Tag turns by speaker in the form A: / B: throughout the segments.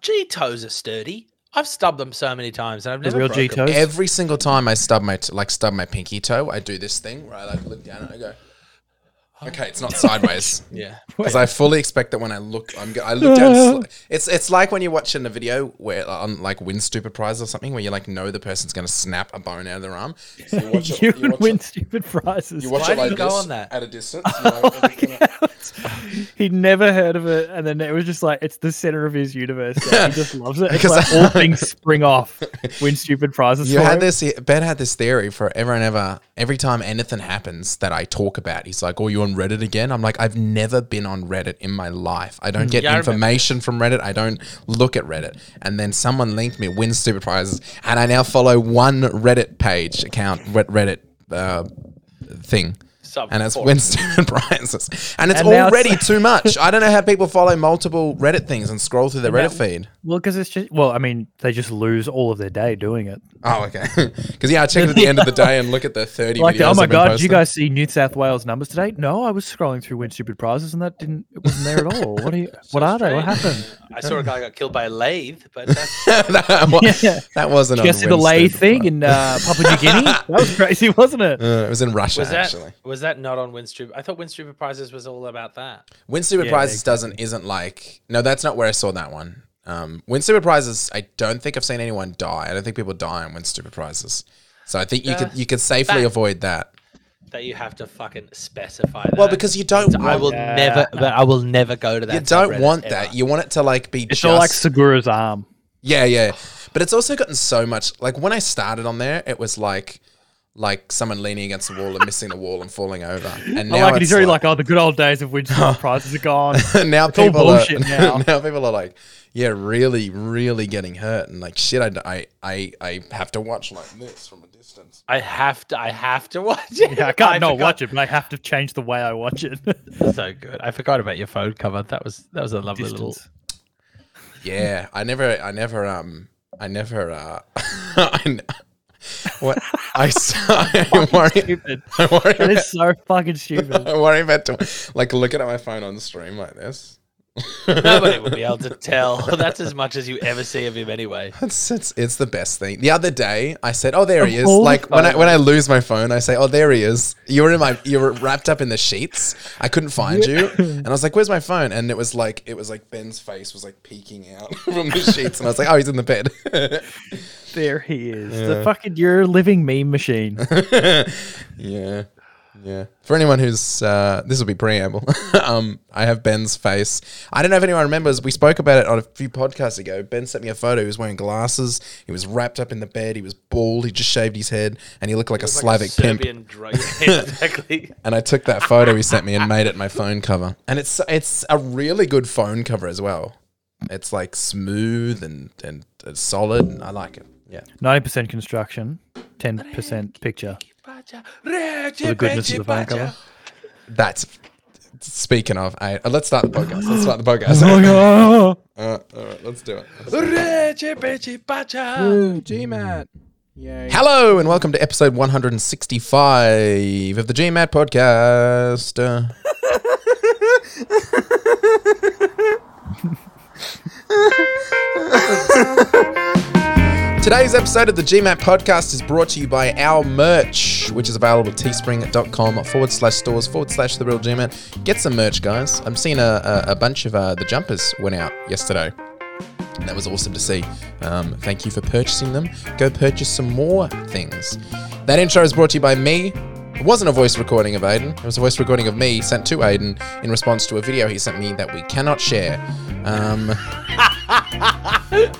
A: G toes are sturdy. I've stubbed them so many times, and I've
B: The
A: never
B: real
A: broken
B: G toes.
C: Every single time I stub my t- like stub my pinky toe, I do this thing where I like look down and I go, okay, it's not sideways.
A: them. Yeah,
C: Because I fully expect that when I look, I'm go- I look down. sl- It's it's like when you're watching a video where on like win stupid prize or something where you like know the person's going to snap a bone out of their arm. So you watch it,
B: you
C: you
B: would
C: watch
B: win
C: It,
B: stupid prizes.
C: you watch
A: Why
C: it
A: do you
C: like
A: go
C: this
A: on that?
C: at a distance. you know, everything like-
B: He'd never heard of it, and then it was just like it's the center of his universe. now. He just loves it. It's
C: Because
B: like
C: I-
B: all things spring off. Win stupid prizes.
C: You
B: for
C: had
B: him.
C: this. Ben had this theory forever and ever. Every time anything happens that I talk about, he's like, "Oh, you on Reddit again?" I'm like, "I've never been on Reddit in my life. I don't get
A: Yeah, I remember
C: information from Reddit. I don't look at Reddit." And then someone linked me win stupid prizes, and I now follow one Reddit page account, Red- Reddit uh, thing.
A: Sub-
C: and it's
A: four.
C: win stupid prizes, and it's
B: And now it's-
C: already too much. I don't know how people follow multiple Reddit things and scroll through their
B: And
C: Reddit
B: that-
C: feed.
B: Well, because it's just well, I mean, they just lose all of their day doing it.
C: Oh, okay. Because yeah, I check it at the end of the day and look at the thirty.
B: Like,
C: videos
B: oh my
C: I've been
B: god, did you
C: posting.
B: guys see New South Wales numbers today? No, I was scrolling through Win Stupid Prizes, and that didn't it wasn't there at all. What are you? what are they? What happened?
A: I saw a guy got killed by a lathe, but that's,
C: that, wa-
B: Yeah.
C: that wasn't on
B: Jesse the Lay
C: Wednesday,
B: thing
C: but-
B: in uh, Papua New Guinea. That was crazy, wasn't it?
C: Uh, it was in Russia
A: was that
C: actually.
A: was that not on Winstupid? I thought Winstupid prizes was all about that.
C: Win Super
B: Yeah,
C: Prizes
B: exactly.
C: doesn't isn't like no, that's not where I saw that one. Um, Win Super Prizes, I don't think I've seen anyone die. I don't think people die on Win Super Prizes. So I think you
A: Uh,
C: could you could safely
A: that-
C: avoid that.
A: That you have to fucking specify. That.
C: Well, because you don't
A: I
C: want,
A: will
B: Yeah.
A: never, but I will never go to that.
C: you don't
A: subreddit
C: want
A: ever.
C: that. You want it to like be
B: It's
C: just
B: all like Segura's arm.
C: Yeah, yeah. But it's also gotten so much like when I started on there, it was like like someone leaning against the wall and missing the wall and falling over. And now
B: I like it.
C: it's
B: He's already like, oh, the good old days of Win Stupid Prizes are gone.
C: now
B: all
C: people are
B: bullshit now.
C: people are like, yeah, really, really getting hurt and like shit. I, I, I, I have to watch like this from a distance.
A: I have to. I have to watch it.
B: Yeah, I can't not
A: forgot-
B: watch it, but I have to change the way I watch it.
A: So good. I forgot about your phone cover. That was that was a lovely little.
B: Distance.
C: Yeah, I never, I never, um, I never, uh, I, n- what I, s- I worry,
B: Stupid.
C: I worry,
B: That
C: about,
B: is so fucking stupid.
C: I worry about to, like looking at my phone on the stream like this.
A: Nobody will be able to tell. That's as much as you ever see of him, anyway.
C: It's, it's it's the best thing. The other day, I said, "Oh, there he
B: Of
C: is."
B: all the
C: Like when I when I lose my phone, I say, "Oh, there he is." You were in my you were wrapped up in the sheets. I couldn't find you, and I was like, "Where's my phone?" And it was like it was like Ben's face was like peeking out from the sheets, and I was like, "Oh, he's in the bed."
B: There he is. The fucking you're a living meme machine.
C: yeah, yeah. For anyone who's uh, this will be preamble. um, I have Ben's face. I don't know if anyone remembers. We spoke about it on a few podcasts ago. Ben sent me a photo. He was wearing glasses. He was wrapped up in the bed. He was bald. He just shaved his head, and he looked like a Slavic pimp.
A: Serbian drug. Yeah, exactly.
C: and I took that photo he sent me and made it my phone cover. And it's it's a really good phone cover as well. It's like smooth and and it's solid, and I like it. Yeah,
B: Ninety percent construction, ten percent picture. For the goodness of the phone cover.
C: that's speaking of. I, uh, let's start the podcast. Let's start the podcast.
B: Oh
C: Uh, all right, let's do it. Mm.
B: Gmat.
C: Hello and welcome to episode 165 of the GMAT podcast. Uh, Today's episode of the GMAT podcast is brought to you by our merch, which is available at teespring.com forward slash stores forward slash the real GMAT. Get some merch, guys. I'm seeing a, a, a bunch of uh, the jumpers went out yesterday. And that was awesome to see. Um, thank you for purchasing them. Go purchase some more things. That intro is brought to you by me. It wasn't a voice recording of Aiden. It was a voice recording of me sent to Aiden in response to a video he sent me that we cannot share. Um,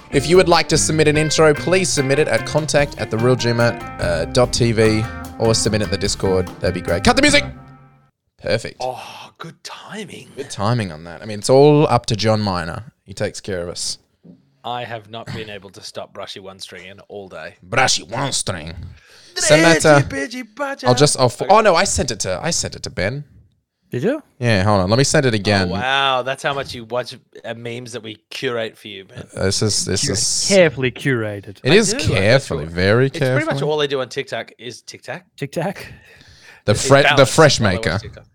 C: if you would like to submit an intro, please submit it at contact at uh, therealgmat.tv or submit it in the Discord. That'd be great. Cut the music! Perfect.
A: Oh, good timing.
C: Good timing on that. I mean, it's all up to John Miner. He takes care of us.
A: I have not been able to stop brushy one string in all day.
C: Brushy one string. Send that to. I'll just. I'll, fo- oh no, I sent it to. I sent it to Ben.
B: Did you?
C: Yeah, hold on. Let me send it again.
A: Oh, Wow, that's how much you watch uh, memes that we curate for you, man.
C: Uh, This is. This is.
B: Carefully curated.
C: It is
A: do, I-
C: carefully, very
A: It's pretty much
C: carefully.
A: all I do on TikTok is TikTok.
B: Tic Tac.
C: The
A: It's
C: fre- the
A: balanced
C: fresh
A: while I watch
C: maker.
A: TikTok.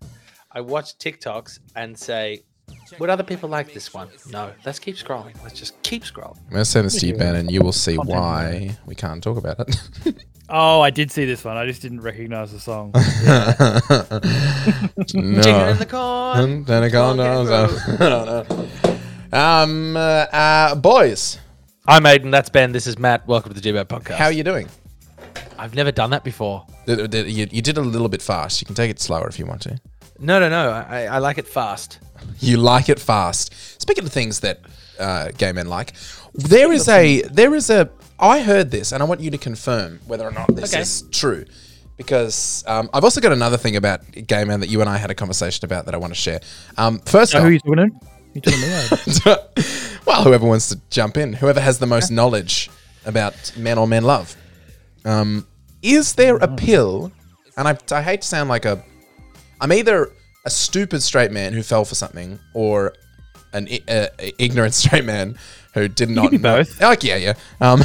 A: I watch TikToks and say, Would other people like this one? No. Let's keep scrolling. Let's just keep scrolling.
C: I'm going to send this to you, Ben, and you will see
B: Content.
C: why we can't talk about it.
B: Oh, I did see this one. I just didn't recognize the song.
A: Jingle in
C: no.
A: the corn.
C: Um, then I go, no, so- I don't know. Um, uh, uh, boys,
A: I'm Aiden. That's Ben. This is Matt. Welcome to the GBAT podcast.
C: how are you doing?
A: I've never done that before.
C: Th- th- You you did a little bit fast. You can take it slower if you want to.
A: No, no, no. I, I like it fast.
C: You like it fast. Speaking of things that uh, gay men like, there is a there is a. I heard this, and I want you to confirm whether or not this
A: Okay.
C: is true, because um, I've also got another thing about gay men that you and I had a conversation about that I want to share. Um, first,
B: So
C: off,
B: who are you talking to? You talking to me? eh? Aiden?
C: well, whoever wants to jump in, whoever has the most knowledge about men or men love. Um, is there a pill? And I, I hate to sound like a. I'm either a stupid straight man who fell for something or an i- uh, ignorant straight man who did not.
B: be
C: know-
B: both.
C: Like, yeah, yeah. Um,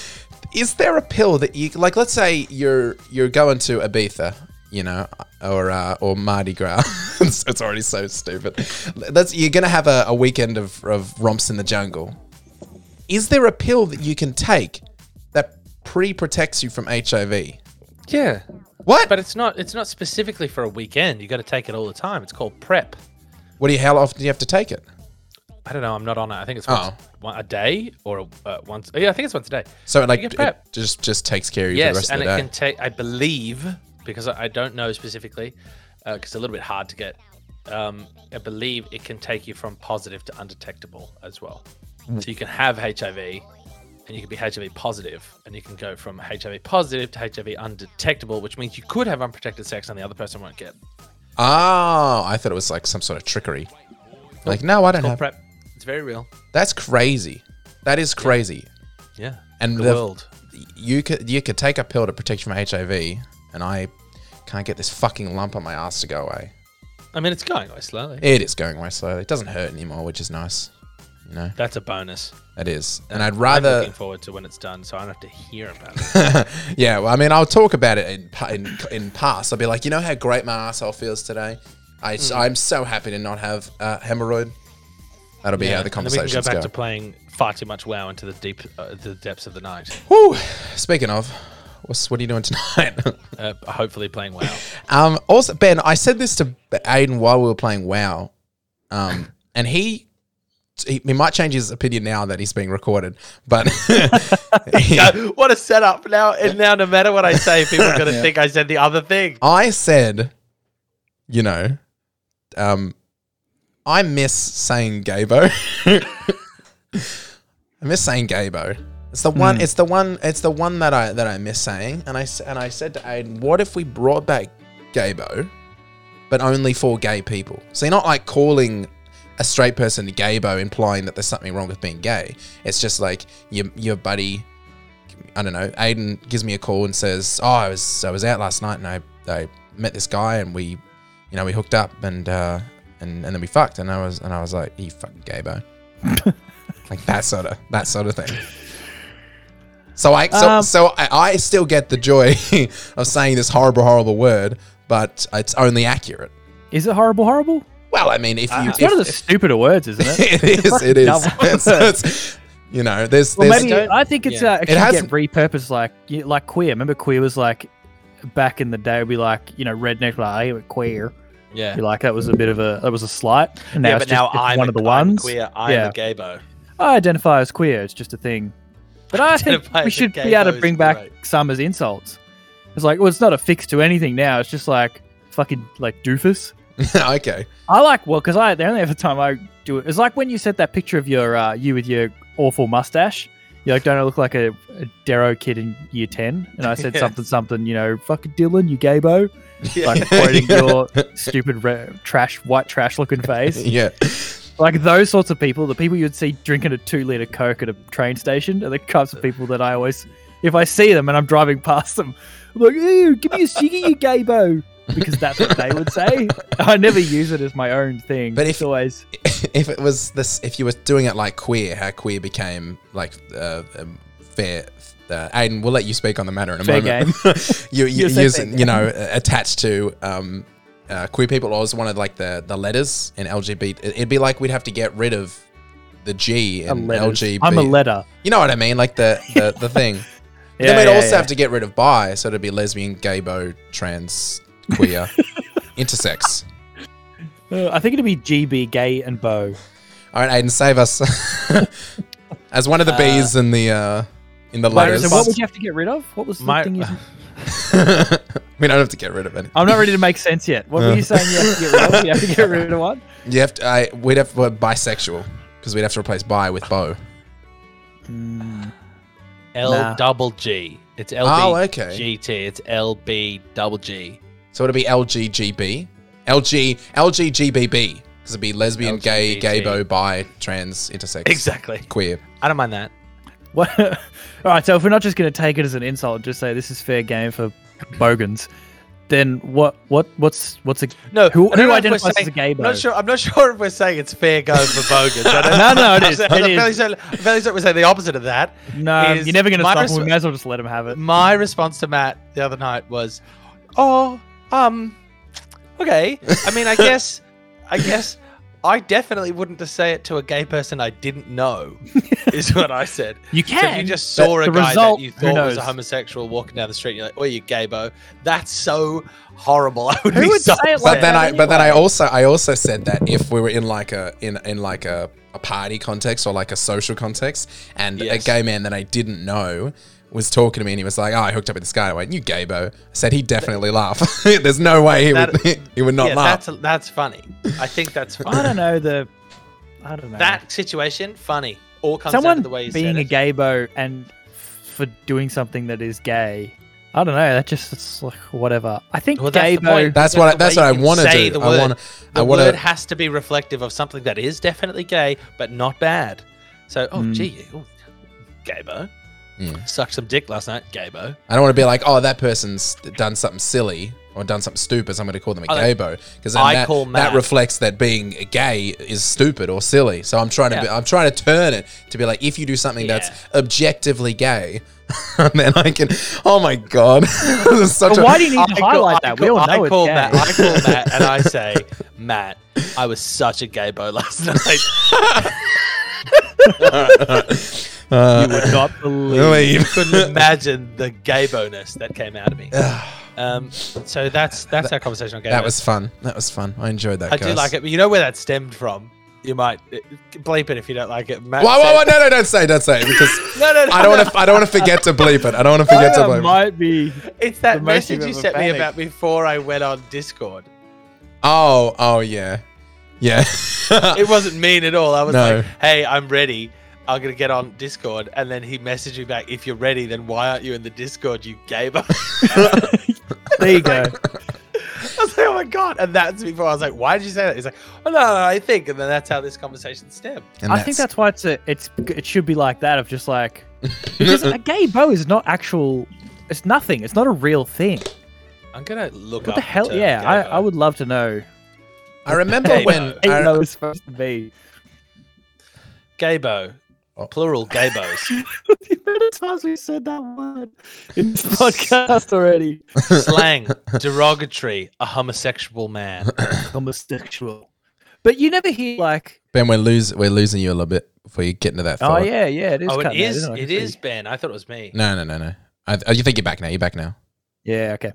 C: is there a pill that you like? Let's say you're you're going to Ibiza, you know, or uh, or Mardi Gras. it's, it's already so stupid. That's you're gonna have a, a weekend of, of romps in the jungle. Is there a pill that you can take that pre protects you from HIV?
A: Yeah.
C: What?
A: But it's not it's not specifically for a weekend. You got to take it all the time. It's called prep.
C: what do you? How often do you have to take it?
A: I don't know. I'm not on it. I think it's
C: Oh.
A: once one, a day or uh, once. Yeah, I think it's once a day.
C: So it, like
A: You get
C: it
A: prep.
C: just just takes care of you for the
A: yes,
C: rest
A: and
C: of
A: it
C: the day.
A: can take. I believe because I, I don't know specifically because it's a little bit hard to get. Um, I believe it can take you from positive to undetectable as well.
C: Mm.
A: So you can have HIV and you can be HIV positive, and you can go from HIV positive to HIV undetectable, which means you could have unprotected sex and the other person won't get.
C: oh, I thought it was like some sort of trickery. Like no, I don't
A: Called
C: have.
A: prep. It's very real.
C: That's crazy. That is crazy.
A: Yeah.
C: And
A: the,
C: the-
A: world.
C: you could you could take a pill to protect you from HIV, and I can't get this fucking lump on my ass to go away.
A: I mean, it's going away slowly.
C: It is going away slowly. It doesn't hurt anymore, which is nice. You know,
A: That's a bonus.
C: it is. And I'd
A: I'm
C: rather,
A: looking forward to when it's done, so I don't have to hear about it.
C: yeah. Well, I mean, I'll talk about it in pa- in, in past. I'll be like, you know how great my asshole feels today. I
A: Mm.
C: I'm so happy to not have uh, hemorrhoid. That'll be how the
A: and then we can go
C: conversations
A: back
C: go.
A: to playing far too much WoW into the deep, uh, the depths of the night.
C: Whew. Speaking of, what's what are you doing tonight?
A: Uh, hopefully, playing WoW.
C: Um, also, Ben, I said this to Aiden while we were playing WoW, um, and he, he he might change his opinion now that he's being recorded, but
A: Uh, what a setup! Now, and now, no matter what I say, people are going to think I said the other thing.
C: I said, you know, um, I miss saying Gabo. I miss saying Gabo. It's the one. It's the one. It's the one that I that I miss saying. And I s- and I said to Aiden, what if we brought back Gabo, but only for gay people? So you're not like calling a straight person Gabo, implying that there's something wrong with being gay. It's just like your your buddy I don't know, Aiden gives me a call and says, "Oh, I was I was out last night and I, I met this guy and we, you know, we hooked up and uh, and and then we fucked and I was and I was like, you fucking gaybo, like that sort of that sort of thing." So I so,
B: Um,
C: so I, I still get the joy of saying this horrible horrible word, but it's only accurate.
B: Is it horrible? Horrible?
C: Well, I mean, if you
B: Ah, It's
C: if,
B: one of the stupider words, isn't it?
C: it is it is
B: Double
C: it's, it's- you know there's
B: Well,
C: there's
B: maybe
A: don't-
B: I think it's
A: yeah.
B: uh, actually
C: has-
B: get repurposed like yeah, like queer. Remember, queer was like back in the day, it'd be like you know redneck like hey, we're queer.
A: Yeah,
B: Be like that was a bit of a that was a slight. And now
A: yeah,
B: it's
A: but
B: just-
A: now
B: it's
A: I'm
B: one
A: a-
B: of the
A: I'm
B: ones.
A: queer. I'm
B: Yeah.
A: a gaybo.
B: I identify as queer. It's just a thing. But I think
A: Identify as
B: we
A: a
B: should be
A: gay
B: able
A: though
B: to
A: is
B: bring back
A: great.
B: some as insults. It's like well, it's not affixed to anything now. It's just like fucking like doofus.
C: okay
B: I like well because I the only other time I do it is like when you sent that picture of your uh, you with your awful mustache. You like don't I look like a, a Darrow kid in year ten? And I said
A: Yeah.
B: something something you know fucking Dylan you gaybo like quoting your stupid re- trash white trash looking face
C: yeah.
B: like those sorts of people the people you'd see drinking a two liter coke at a train station are the types of people that I always if I see them and I'm driving past them I'm like ooh give me a ciggy you gaybo because that's what they would say I never use it as my own thing
C: But
B: but
C: if-
B: it's always
C: if it was this, if you were doing it like queer, how queer became like uh, um, fair. Uh, Aiden, we'll let you speak on the matter in a
B: Fair
C: moment. you you
B: You said
C: use,
B: fair
C: you know uh, attached to um, uh, queer people always wanted like the the letters in LGBT. it- It'd be like we'd have to get rid of the G
B: I'm
C: in
B: letters.
C: LGBT.
B: I'm a letter.
C: You know what I mean? Like the the, the thing.
B: Yeah,
C: then we'd
B: yeah,
C: also
B: yeah.
C: have to get rid of bi, so it'd be lesbian, gay, bo, trans, queer, intersex.
B: Uh, I think it'd be GB, gay, and bow.
C: All right, Aiden, save us as one of the bees in the uh, in the
A: Byron,
C: letters.
B: So what would you have to get rid of? What was the
A: My-
B: thing you?
C: we don't have to get rid of it.
B: I'm not ready to make sense yet. What
C: Uh.
B: were you saying? You have to get rid of. You have to get rid of what?
C: You have to. I, we'd have well, bisexual because we'd have to replace bi with bo. Hmm.
A: L
B: Nah.
A: double G. It's L
C: Oh,
A: B
C: okay.
A: G T. It's L B double G.
C: So it'd be LGGB, LG LGGBB because it'd be lesbian, gay, gay,
A: LGBT.
C: bo, bi, trans, intersex,
A: Exactly.
C: queer.
A: I don't mind that.
B: What? All right. So if we're not just going to take it as an insult, just say this is fair game for bogans, then what? What? What's what's a
A: No,
B: Who-
A: I don't
B: who
A: know if we're
B: identifies as a gay,
A: I'm
B: though?
A: not sure. I'm not sure if we're saying it's fair go for bogus. I don't-
B: No, no, it
A: I'm
B: is,
A: saying-
B: it
A: I'm
B: is.
A: fairly certain- I'm fairly certain we're saying the opposite of that.
B: no?
A: Is
B: You're never going to
A: my
B: stop. 'em, We
A: resp-
B: may as well just let him have it.
A: My response to Matt the other night was, "Oh, um, okay. I mean, I guess, I guess, I definitely wouldn't to say it to a gay person I didn't know." Is what I said.
B: You
A: So if
B: can.
A: you just saw
B: but
A: a
B: the
A: guy
B: result,
A: that you
B: who
A: thought was a
B: knows?
A: homosexual walking down the street, and you're like, "Oh, you gaybo." That's so horrible. I would
B: Who
A: be
B: would
A: so
B: say it
A: upset.
C: But then I
B: anyway.
C: but then I also I also said that if we were in like a in in like a, a party context or like a social context and
A: Yes.
C: a gay man that I didn't know was talking to me and he was like, Oh, I hooked up with this guy. I went, You gay bo. I said he'd definitely laugh. There's no way he would
A: That-
C: he would not
A: yeah,
C: laugh.
A: that's that's funny. I think that's funny.
B: I don't know the. I don't know
A: That situation, funny. All comes down
B: someone
A: to the way you
B: being
A: said
B: a
A: it.
B: gay bo and f- for doing something that is gay. I don't know. That just it's like whatever. I think
A: Well, that's
B: gay
A: the
B: bo.
A: point.
C: That's
A: That's
C: what I,
A: the
C: that's
A: way
C: what I
A: you
C: want to
A: say
C: do.
A: the
C: I
A: word.
C: want
A: The
C: I want
A: word
C: to
A: has to be reflective of something that is definitely gay, but not bad. So, oh
B: Mm.
A: gee, ooh, gaybo.
C: Mm.
A: Sucked some dick last night, gaybo.
C: I don't want to be like, oh, that person's done something silly or done something stupid, so I'm going to call them a
A: Oh,
C: gay bo because
A: I
C: that,
A: call
C: that
A: Matt-
C: reflects that being gay is stupid or silly. So I'm trying to be,
A: Yeah.
C: I'm trying to turn it to be like, if you do something
A: Yeah.
C: that's objectively gay, then I can. Oh my god, This is such
B: But
C: a-
B: why do you need to
A: call-
B: highlight
A: I
B: that?
A: call-
B: we all
A: I
B: know
A: call
B: it's gay.
A: Matt. I call Matt, and I say, Matt, I was such a gaybo last night.
C: uh,
B: You would not believe.
C: Leave.
A: Couldn't imagine the gayboness that came out of me. um, so that's that's our conversation on gaybo.
C: That was fun. That was fun. I enjoyed that.
A: I do
C: guys.
A: like it, but you know where that stemmed from. You might uh, bleep it if you don't like it. Matt
C: Whoa, whoa,
A: said-
C: whoa! No, no, don't say, don't say, it, because
A: No, no, no.
C: I don't want to. I don't want to forget to bleep it. I don't want to forget to
B: That
C: bleep. it.
B: might be.
A: It's
B: The
A: that
B: most
A: message
B: you've
A: you
B: ever
A: sent me
B: panicked.
A: about before I went on Discord.
C: Oh, oh yeah, yeah.
A: It wasn't mean at all. I was
C: No.
A: like, "Hey, I'm ready. I'm gonna get on Discord." And then he messaged me back, "If you're ready, then why aren't you in the Discord? You gave up." I
B: There you go.
A: was like, "Oh my god!" And that's before I was like, "Why did you say that?" He's like, "Oh no, no, no, I think." And then that's how this conversation stemmed.
C: And
B: I think that's why it's a, it's it should be like that of just like because a gay bo is not actual. It's nothing. It's not a real thing.
A: I'm gonna look
B: What
A: up.
B: the hell?
A: term
B: Yeah, I,
A: gaybo.
B: I would love to know.
C: I remember
A: Hey,
C: when.
B: Eight
C: I,
B: low is supposed to be.
A: gaybo,
C: Oh.
A: plural gaybos,
B: the amount of times we said that word in this podcast already.
A: slang, derogatory, a homosexual man.
B: Homosexual. But you never hear like,
C: Ben, we're losing we're losing you a little bit before you get into that.
B: oh
C: thought.
B: yeah, yeah, it is.
A: oh, it
B: cutting out,
A: is.
B: isn't I
A: It
B: can see.
A: is Ben. I thought it was me.
C: No, no, no, no. I, oh, you think you're back now? You're back now.
B: Yeah, okay.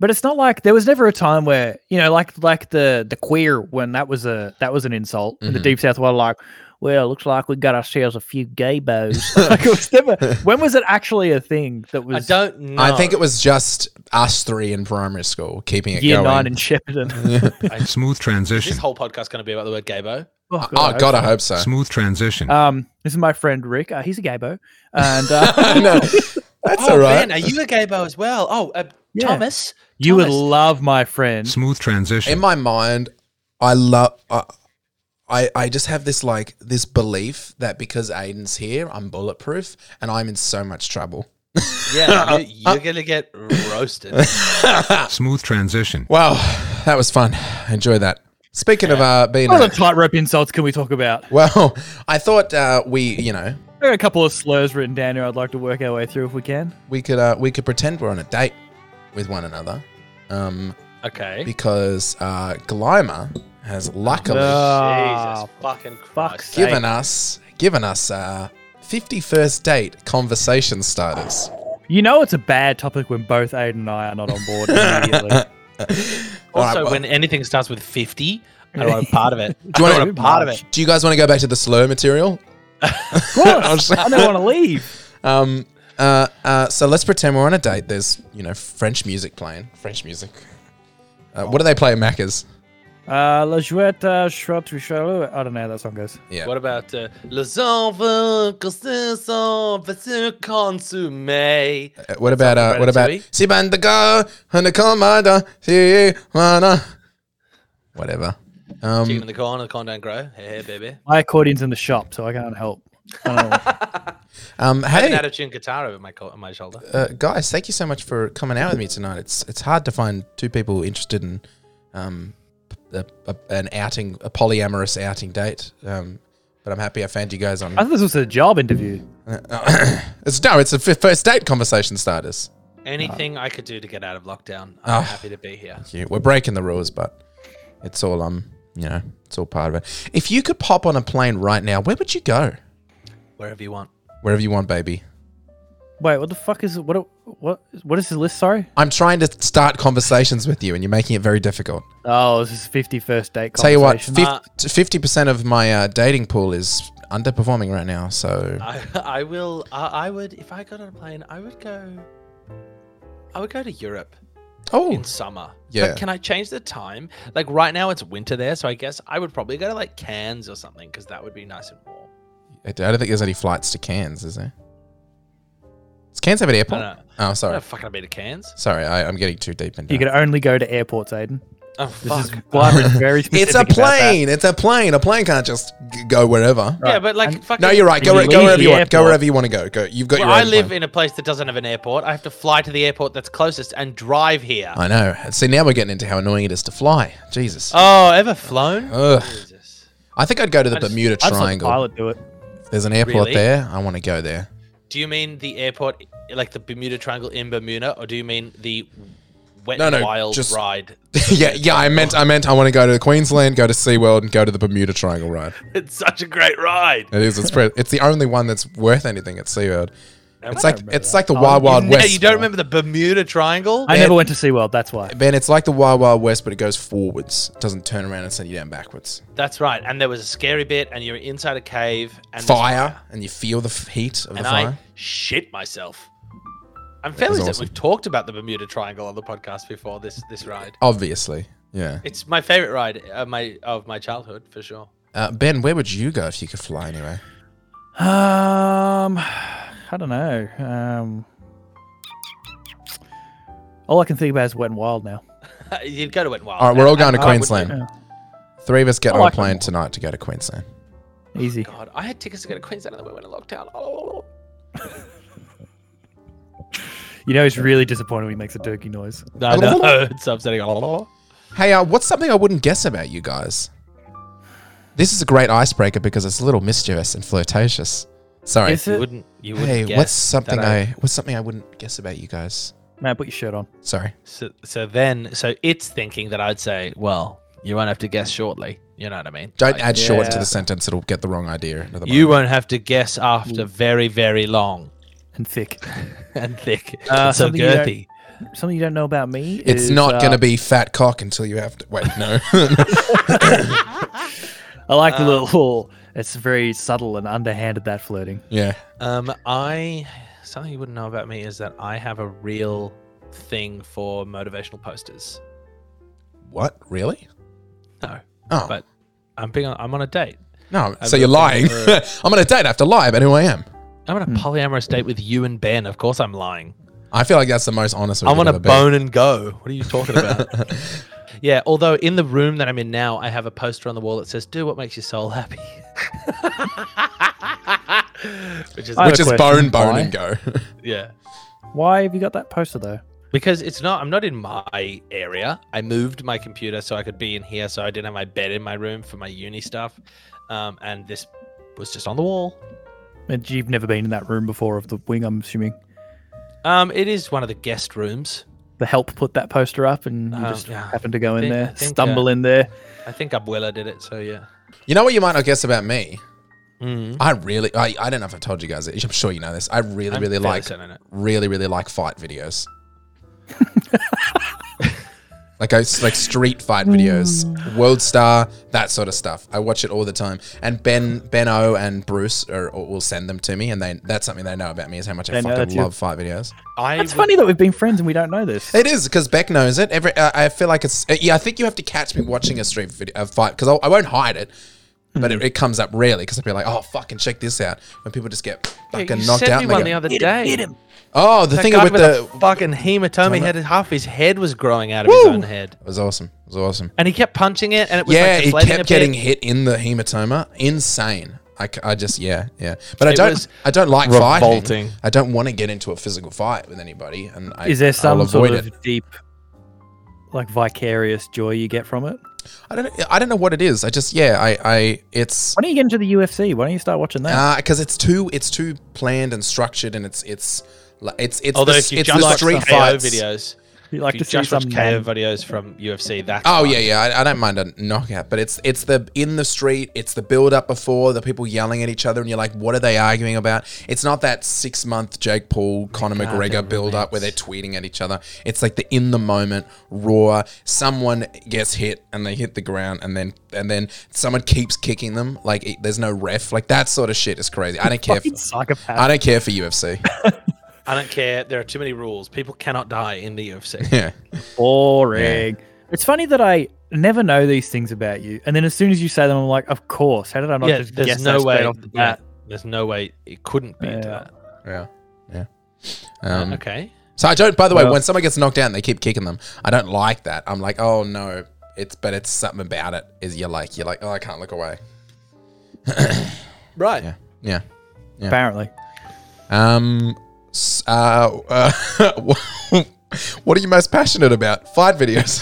B: But it's not like there was never a time where you know, like like the the queer when that was a that was an insult in the
C: Mhm.
B: deep south. Were like, well, looks like we got ourselves a few gay bows. like it was never. When was it actually a thing that
A: I
B: was
A: don't know.
C: I think it was just us three in primary school keeping it Mm-hmm.
B: year
C: going.
B: nine in Shepparton?
D: Smooth
A: Is
D: transition.
A: this whole podcast going to be about the word gaybo?
B: oh
C: oh God, I hope so.
D: Smooth transition.
A: Uh,
B: Um, this is my friend Rick. Uh, he's a gaybo, and uh,
C: no, that's
A: oh,
C: all right.
A: Ben, are you a gaybo as well? Oh, uh,
B: Yeah.
A: Thomas.
B: you would
A: Thomas.
B: love my friend.
D: Smooth
C: In
D: transition.
C: my mind, I love. I, I, I just have this like this belief that because Aiden's here, I'm bulletproof and I'm in so much trouble.
A: Yeah, you, you're going to get roasted.
D: Smooth transition.
C: Wow, that was fun. Enjoy that. Speaking of uh, being,
B: What
C: a,
B: other tightrope insults can we talk about?
C: well, I thought uh, we, you know,
B: There are a couple of slurs written down here. I'd like to work our way through if we can.
C: we could uh, we could pretend we're on a date with one another, um,
A: Okay.
C: because uh, Glyma has luckily
B: Ah,
A: Jesus fucking Christ.
B: fuck's sake.
C: given us given us uh, 50 first date conversation starters.
B: You know it's a bad topic when both Aiden and I are not on board immediately.
C: All right,
A: Also,
C: well-
A: when anything starts with 50, I don't want a part of it.
C: Do you
A: I
C: wanna-
A: don't want a part of it.
C: Do you guys want to go back to the slur material?
B: Of course, I don't want to leave.
C: Um, uh, uh, so let's pretend we're on a date. There's you know French music playing. French music. Uh, What do they play at Macca's?
B: Uh, La Jouette, uh, Shrub to Shallow. I don't know how that song goes.
C: Yeah.
A: What about uh, Les enfants que se sont fait consommer?
C: Uh, What about uh, what about
A: Ratatouille?
C: Sibandaga Hanakamada Si Mana? Whatever.
A: Chicken
C: Um,
A: in the corner, the corn don't grow. Hey, hey baby.
B: My accordion's in the shop, so I can't help. Oh,
C: um,
A: I had an
C: hey,
A: attitude guitar over my, co- my shoulder.
C: uh, guys, thank you so much for coming out with me tonight. It's it's hard to find two people interested in um, a, a, an outing, a polyamorous outing date. Um, but I'm happy I found you guys on.
B: I thought this was a job interview.
C: it's no, it's a f- first date conversation starters.
A: Anything I could do to get out of lockdown,
C: Oh.
A: I'm happy to be here.
C: Yeah, we're breaking the rules, but it's all um, you know, it's all part of it. If you could pop on a plane right now, where would you go?
A: Wherever you want.
C: Wherever you want, baby.
B: Wait, what the fuck is what? What? What is the list? Sorry.
C: I'm trying to start conversations with you, and you're making it very difficult.
B: Oh, this is fifty first date.
C: Tell you what,
B: conversation.
A: Uh,
C: fifty percent of my uh, dating pool is underperforming right now. So
A: I, I will. I, I would. If I got on a plane, I would go. I would go to Europe
C: oh,
A: in summer.
C: Yeah.
A: But can I change the time? Like right now, it's winter there, so I guess I would probably go to like Cairns or something because that would be nice and warm.
C: I don't think there's any flights to Cairns, is there? Does Cairns have an airport?
A: I don't
C: Oh,
A: I
C: sorry,
A: don't fucking been to Cairns.
C: sorry, I, I'm getting too deep into.
B: you
C: it.
B: can only go to airports, Aiden.
A: Oh
B: This
A: fuck.
B: is Blymer is very specific.
C: It's a
B: about that.
C: plane. It's a plane. A plane can't just g- go wherever.
A: Yeah, but like fucking.
C: No, you're right. Go,
B: You
C: where-
B: leave
C: go wherever
B: the
C: you want. Go
B: airport.
C: wherever you want to go. Go. You've got
A: Well,
C: your.
A: I
C: own
A: live
C: plane.
A: in a place that doesn't have an airport. I have to fly to the airport that's closest and drive here.
C: I know. See, now we're getting into how annoying it is to fly. Jesus.
A: Oh, ever flown?
C: Ugh.
A: Jesus.
C: I think I'd go to the
A: I just-
C: Bermuda
B: I'd let the
C: Triangle.
B: pilot do it.
C: There's an airport
A: Really?
C: there. I want to go there.
A: Do you mean the airport, like the Bermuda Triangle in Bermuda, or do you mean the wet
C: No, no,
A: wild
C: just-
A: ride?
C: yeah, yeah. I meant, I meant, I want to go to Queensland, go to SeaWorld, and go to the Bermuda Triangle ride.
A: It's such a great ride.
C: It is. It's pre- It's the only one that's worth anything at SeaWorld. It's like
B: remember
C: it's
B: that.
C: like the
B: Oh,
C: Wild
B: you
C: Wild
A: Yeah,
C: West.
A: you don't remember the Bermuda Triangle?
B: I
C: Man.
B: never went to SeaWorld, that's why.
C: Ben, it's like the Wild Wild West, but it goes forwards. It doesn't turn around and send you down backwards.
A: That's right. And there was a scary bit, and you're inside a cave. And there's
C: Fire, and you feel the f- heat of
A: And
C: the fire.
A: I shit myself. I'm fairly
C: was
A: certain
C: awesome.
A: we've talked about the Bermuda Triangle on the podcast before. This this ride.
C: Obviously, yeah.
A: It's my favorite ride of my of my childhood for sure.
C: Uh, ben, where would you go if you could fly anywhere?
B: Um, I don't know. Um, all I can think about is Wet and Wild now.
A: You'd go to Wet n Wild.
C: All right, we're all
A: And-
C: going to
A: and I would-
C: Queensland. Three of us get
B: I
C: on
B: like
C: a plane tonight to go to Queensland.
B: Easy.
A: God, I had tickets to go to Queensland, and then we went in lockdown. Oh.
B: You know, he's really disappointed when he makes a turkey noise.
A: No, no, it's upsetting. Oh,
C: Hey, uh, what's something I wouldn't guess about you guys? This is a great icebreaker because it's a little mischievous and flirtatious. Sorry.
B: Is
A: You
B: it?
A: wouldn't. You wouldn't
C: Hey,
A: guess
C: what's something
A: that
C: I, what's something I wouldn't guess about you guys?
B: Man, put your shirt on.
C: Sorry.
A: So, so then, so it's thinking that I'd say, well, you won't have to guess shortly. You know what I mean?
C: Don't
A: Like,
C: add short to
B: yeah.
C: the sentence; it'll get the wrong idea. into the
A: you
C: mind.
A: won't have to guess after very, very long
B: And thick.
A: and thick.
B: Uh,
A: and so
B: something you don't-
A: girthy.
B: Something you don't know about me
C: It's
B: is,
C: not
B: uh,
C: going to be fat cock until you have to. Wait, no.
B: I like
A: Uh.
B: the little. It's very subtle and underhanded that flirting.
C: yeah.
A: Um, I something you wouldn't know about me is that I have a real thing for motivational posters.
C: What? Really?
A: No,
C: Oh
A: but I'm being on, I'm on a date.
C: no.
A: I've
C: So you're
A: got
C: lying.
A: things for-
C: I'm on a date. I have to lie about who I am.
A: I'm on
C: Hmm.
A: a polyamorous date with you and Ben. Of course, I'm lying.
C: I feel like that's the most honest. we
A: I'm
C: could
A: on a
C: ever be.
A: bone and go. What are you talking about? yeah, although in the room that I'm in now, I have a poster on the wall that says, Do what makes your soul happy. Which is,
B: I-
C: Which is bone,
B: question.
C: bone,
B: Why?
C: and go.
A: yeah.
B: Why have you got that poster though?
A: Because it's not, I'm not in my area. I moved my computer so I could be in here. So I didn't have my bed in my room for my uni stuff. Um, and this was just on the wall.
B: And you've never been in that room before of the wing, I'm assuming.
A: Um, it is one of the guest rooms.
B: the help put that poster up, and you
A: Um,
B: just
A: yeah.
B: happened to
A: I
B: go in
A: think- I
B: there,
A: think, uh,
B: stumble in there.
A: I think Abuela did it, so yeah.
C: You know what you might not guess about me?
A: Mm.
C: I really, I, I don't know if I've told you guys. this. I'm sure you know this. I really,
A: I'm
C: really
A: fairly
C: like,
A: certain it.
C: really, really like fight videos. like I s- like street fight videos, World Star, that sort of stuff. I watch it all the time. And Ben, Ben O, and Bruce are, all- will send them to me, and they that's something they know about me is how much I
B: They know
C: fucking
B: that you-
C: love fight videos.
A: I
B: It's
A: would-
B: funny that we've been friends and we don't know this.
C: It is because Beck knows it. Every I I feel like it's uh, yeah. I think you have to catch me watching a street video a fight because I won't hide it, but it, it comes up rarely because I'll be like, oh fucking check this out when people just get
A: Yeah,
C: fucking
A: you
C: knocked
A: sent
C: out.
A: me
C: and they
A: one
C: go,
A: the other day.
C: oh, the
A: That
C: thing
A: guy
C: with the
A: a fucking hematoma, he had half his head was growing out of his own head,
C: it was awesome. It was awesome.
A: and he kept punching it, and it was
C: Yeah,
A: like
C: he
A: deflating
C: kept
A: a bit.
C: getting hit in the hematoma. Insane. I, c- I just yeah yeah. But I
A: It
C: don't
A: was
C: I don't like
A: revolting.
C: fighting. I don't want to get into a physical fight with anybody. And I,
B: Is there
C: I'll
B: some
C: avoid
B: sort
C: it.
B: of deep, like vicarious joy you get from it?
C: I don't I don't know what it is. I just yeah I I it's
B: Why don't you get into the UFC? Why don't you start watching that?
C: because it's too it's too planned and structured, and it's it's li- it's it's
A: Although
C: the,
A: if you
C: it's
A: just
C: the
A: watch
C: street
A: some KO
C: fights.
A: videos,
B: you like
A: if
B: to
A: you
B: see
A: just watch
B: some
A: KO
B: man-
A: videos from UFC, that's
C: Oh
A: fine.
C: yeah, yeah. I, I don't mind a knockout, but it's it's the in the street, it's the build up before the people yelling at each other, and you're like, what are they arguing about? It's not that six month Jake Paul Conor McGregor build up where they're tweeting at each other. It's like the in the moment raw. Someone gets hit and they hit the ground, and then and then someone keeps kicking them. Like it, there's no ref. Like that sort of shit is crazy. I don't care.
B: Fucking
C: For,
B: psychopath.
C: I don't care for UFC.
A: I don't care. There are too many rules. People cannot die in the UFC.
C: yeah.
B: Boring. It's funny that I never know these things about you, and then as soon as you say them, I'm like, of course. How did I not
A: yeah,
B: just
A: there's
B: guess
A: no
B: that straight
A: way.
B: off the
A: yeah,
B: bat?
A: there's no way it couldn't be
B: Yeah.
A: to that.
C: Yeah. Yeah. Um,
A: okay.
C: So I don't. By the way,
B: Well-
C: when someone gets knocked down, they keep kicking them. I don't like that. I'm like, oh no, it's but it's something about it. Is you're like you're like, oh, I can't look away.
A: Right.
C: Yeah, yeah. Yeah.
B: Apparently,
C: Um, s- uh, uh what are you most passionate about? Fight videos.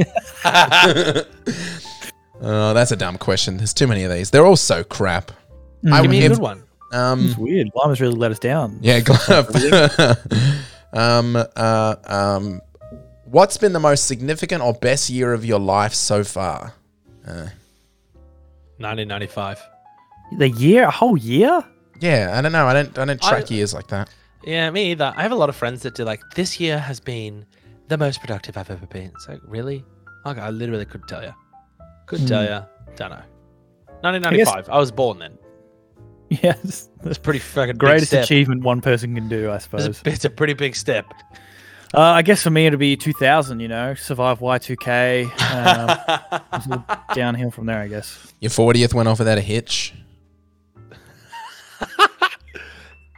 C: oh, that's a dumb question. There's too many of these. They're all so crap. I
A: Mm, Give me a
C: if-
A: good one.
C: Um,
B: it's
A: Mm.
B: weird. Lima's really let us down.
C: Yeah, glove. um, uh, um, what's been the most significant or best year of your life so far?
A: 1995.
B: The year, a whole year.
C: Yeah, I don't know. I don't. I don't
A: I-
C: track years like that.
A: Yeah, me either. I have a lot of friends that do like this year has been the most productive I've ever been. It's like really? Okay, I literally couldn't tell you. Couldn't tell
B: Hmm.
A: you. Don't know. 1995. I, was born then.
B: Yes, the
A: It's pretty fucking
B: greatest
A: big step.
B: achievement one person can do, I suppose.
A: It's a, it's a pretty big step.
B: Uh, I guess for me it'd be 2000. You know, survive Y2K. Um, it's all downhill from there, I guess.
C: Your fortieth went off without a hitch.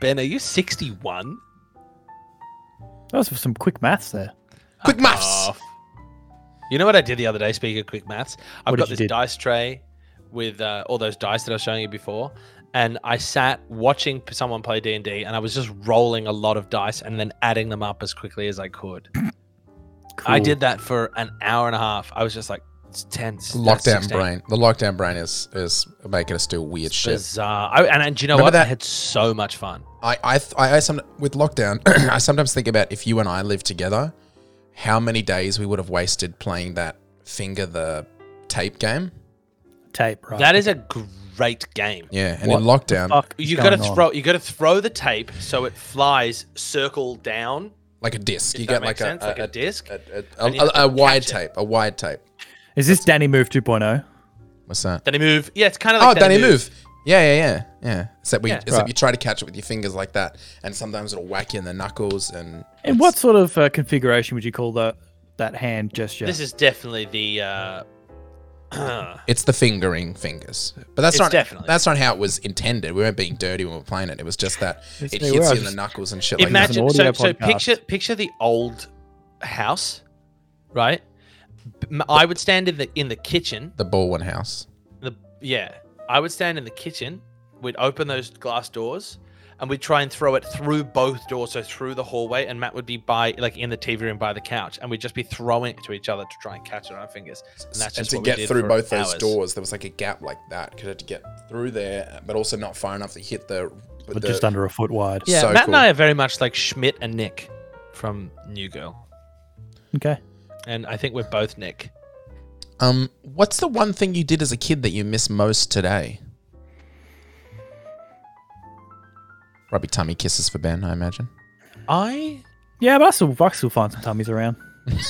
A: Ben, are you 61?
B: That was some quick maths there.
C: Quick
A: Uh,
C: maths.
A: off. You know what I did the other day? Speaking of quick maths, I've
B: What
A: got
B: did you
A: this
B: do?
A: dice tray with uh, all those dice that I was showing you before, and I sat watching p- someone play D and D, and I was just rolling a lot of dice and then adding them up as quickly as I could. I
B: Cool.
A: did that for an hour and a half. I was just like, it's tense.
C: Lockdown brain. The lockdown brain is is making us do weird shit.
A: Bizarre. I, and, and do you know
C: Remember
A: what?
C: that-
A: I had so much fun.
C: I I th- I, I some, with lockdown, I sometimes think about if you and I lived together, how many days we would have wasted playing that finger the tape game.
B: tape. Right.
A: That is a great game.
C: Yeah, and
B: What
C: in
B: the
C: lockdown,
B: Fuck is
A: You gotta
B: going on?
A: throw. You gotta throw the tape so it flies circle down.
C: like a disc,
A: If
C: you
A: that
C: get
A: makes
C: like a,
A: sense, like a,
C: a-
A: disc.
C: a, a,
A: And you have
C: a, a,
A: to
C: wide
A: catch it.
C: tape, a wide tape.
B: Is this Danny Move oh? 2.0?
C: What's that?
A: Danny move. Yeah, it's kind of
C: Oh,
A: like
C: Danny move. Yeah, yeah, yeah, yeah. Except we,
A: Yeah.
C: except you try to catch it with your fingers like that, and sometimes it'll whack you in the knuckles. And
B: And what sort of uh, configuration would you call that that hand gesture?
A: This is definitely the. Uh,
C: It's the fingering fingers, but that's
A: It's
C: not
A: definitely-
C: that's not how it was intended. We weren't being dirty when we were playing it. It was just that it
B: me,
C: hits
B: well,
C: you
B: I
C: in the
B: just-
C: knuckles and shit. Like that.
A: imagine.
B: an
A: So,
B: audio
A: so
B: podcast.
A: picture picture the old house, right? M- I would stand in the in the kitchen.
C: the Baldwin house.
A: The yeah, I would stand in the kitchen. We'd open those glass doors, and we'd try and throw it through both doors, so through the hallway. And Matt would be by like in the TV room by the couch, and we'd just be throwing it to each other to try and catch it on our fingers. And that's just
C: and to
A: what we
C: get
A: did
C: through
A: for
C: both those
A: hours.
C: doors, there was like a gap like that because I had to get through there, but also not far enough to hit the.
B: But
C: the-
B: just under a foot wide.
A: Yeah,
C: So
A: Matt
C: cool.
A: and I are very much like Schmidt and Nick from New Girl.
B: Okay.
A: and I think we're both Nick.
C: Um, what's the one thing you did as a kid that you miss most today? Probably tummy kisses for Ben, I imagine.
A: I
B: Yeah, but I still, I still find some tummies around. as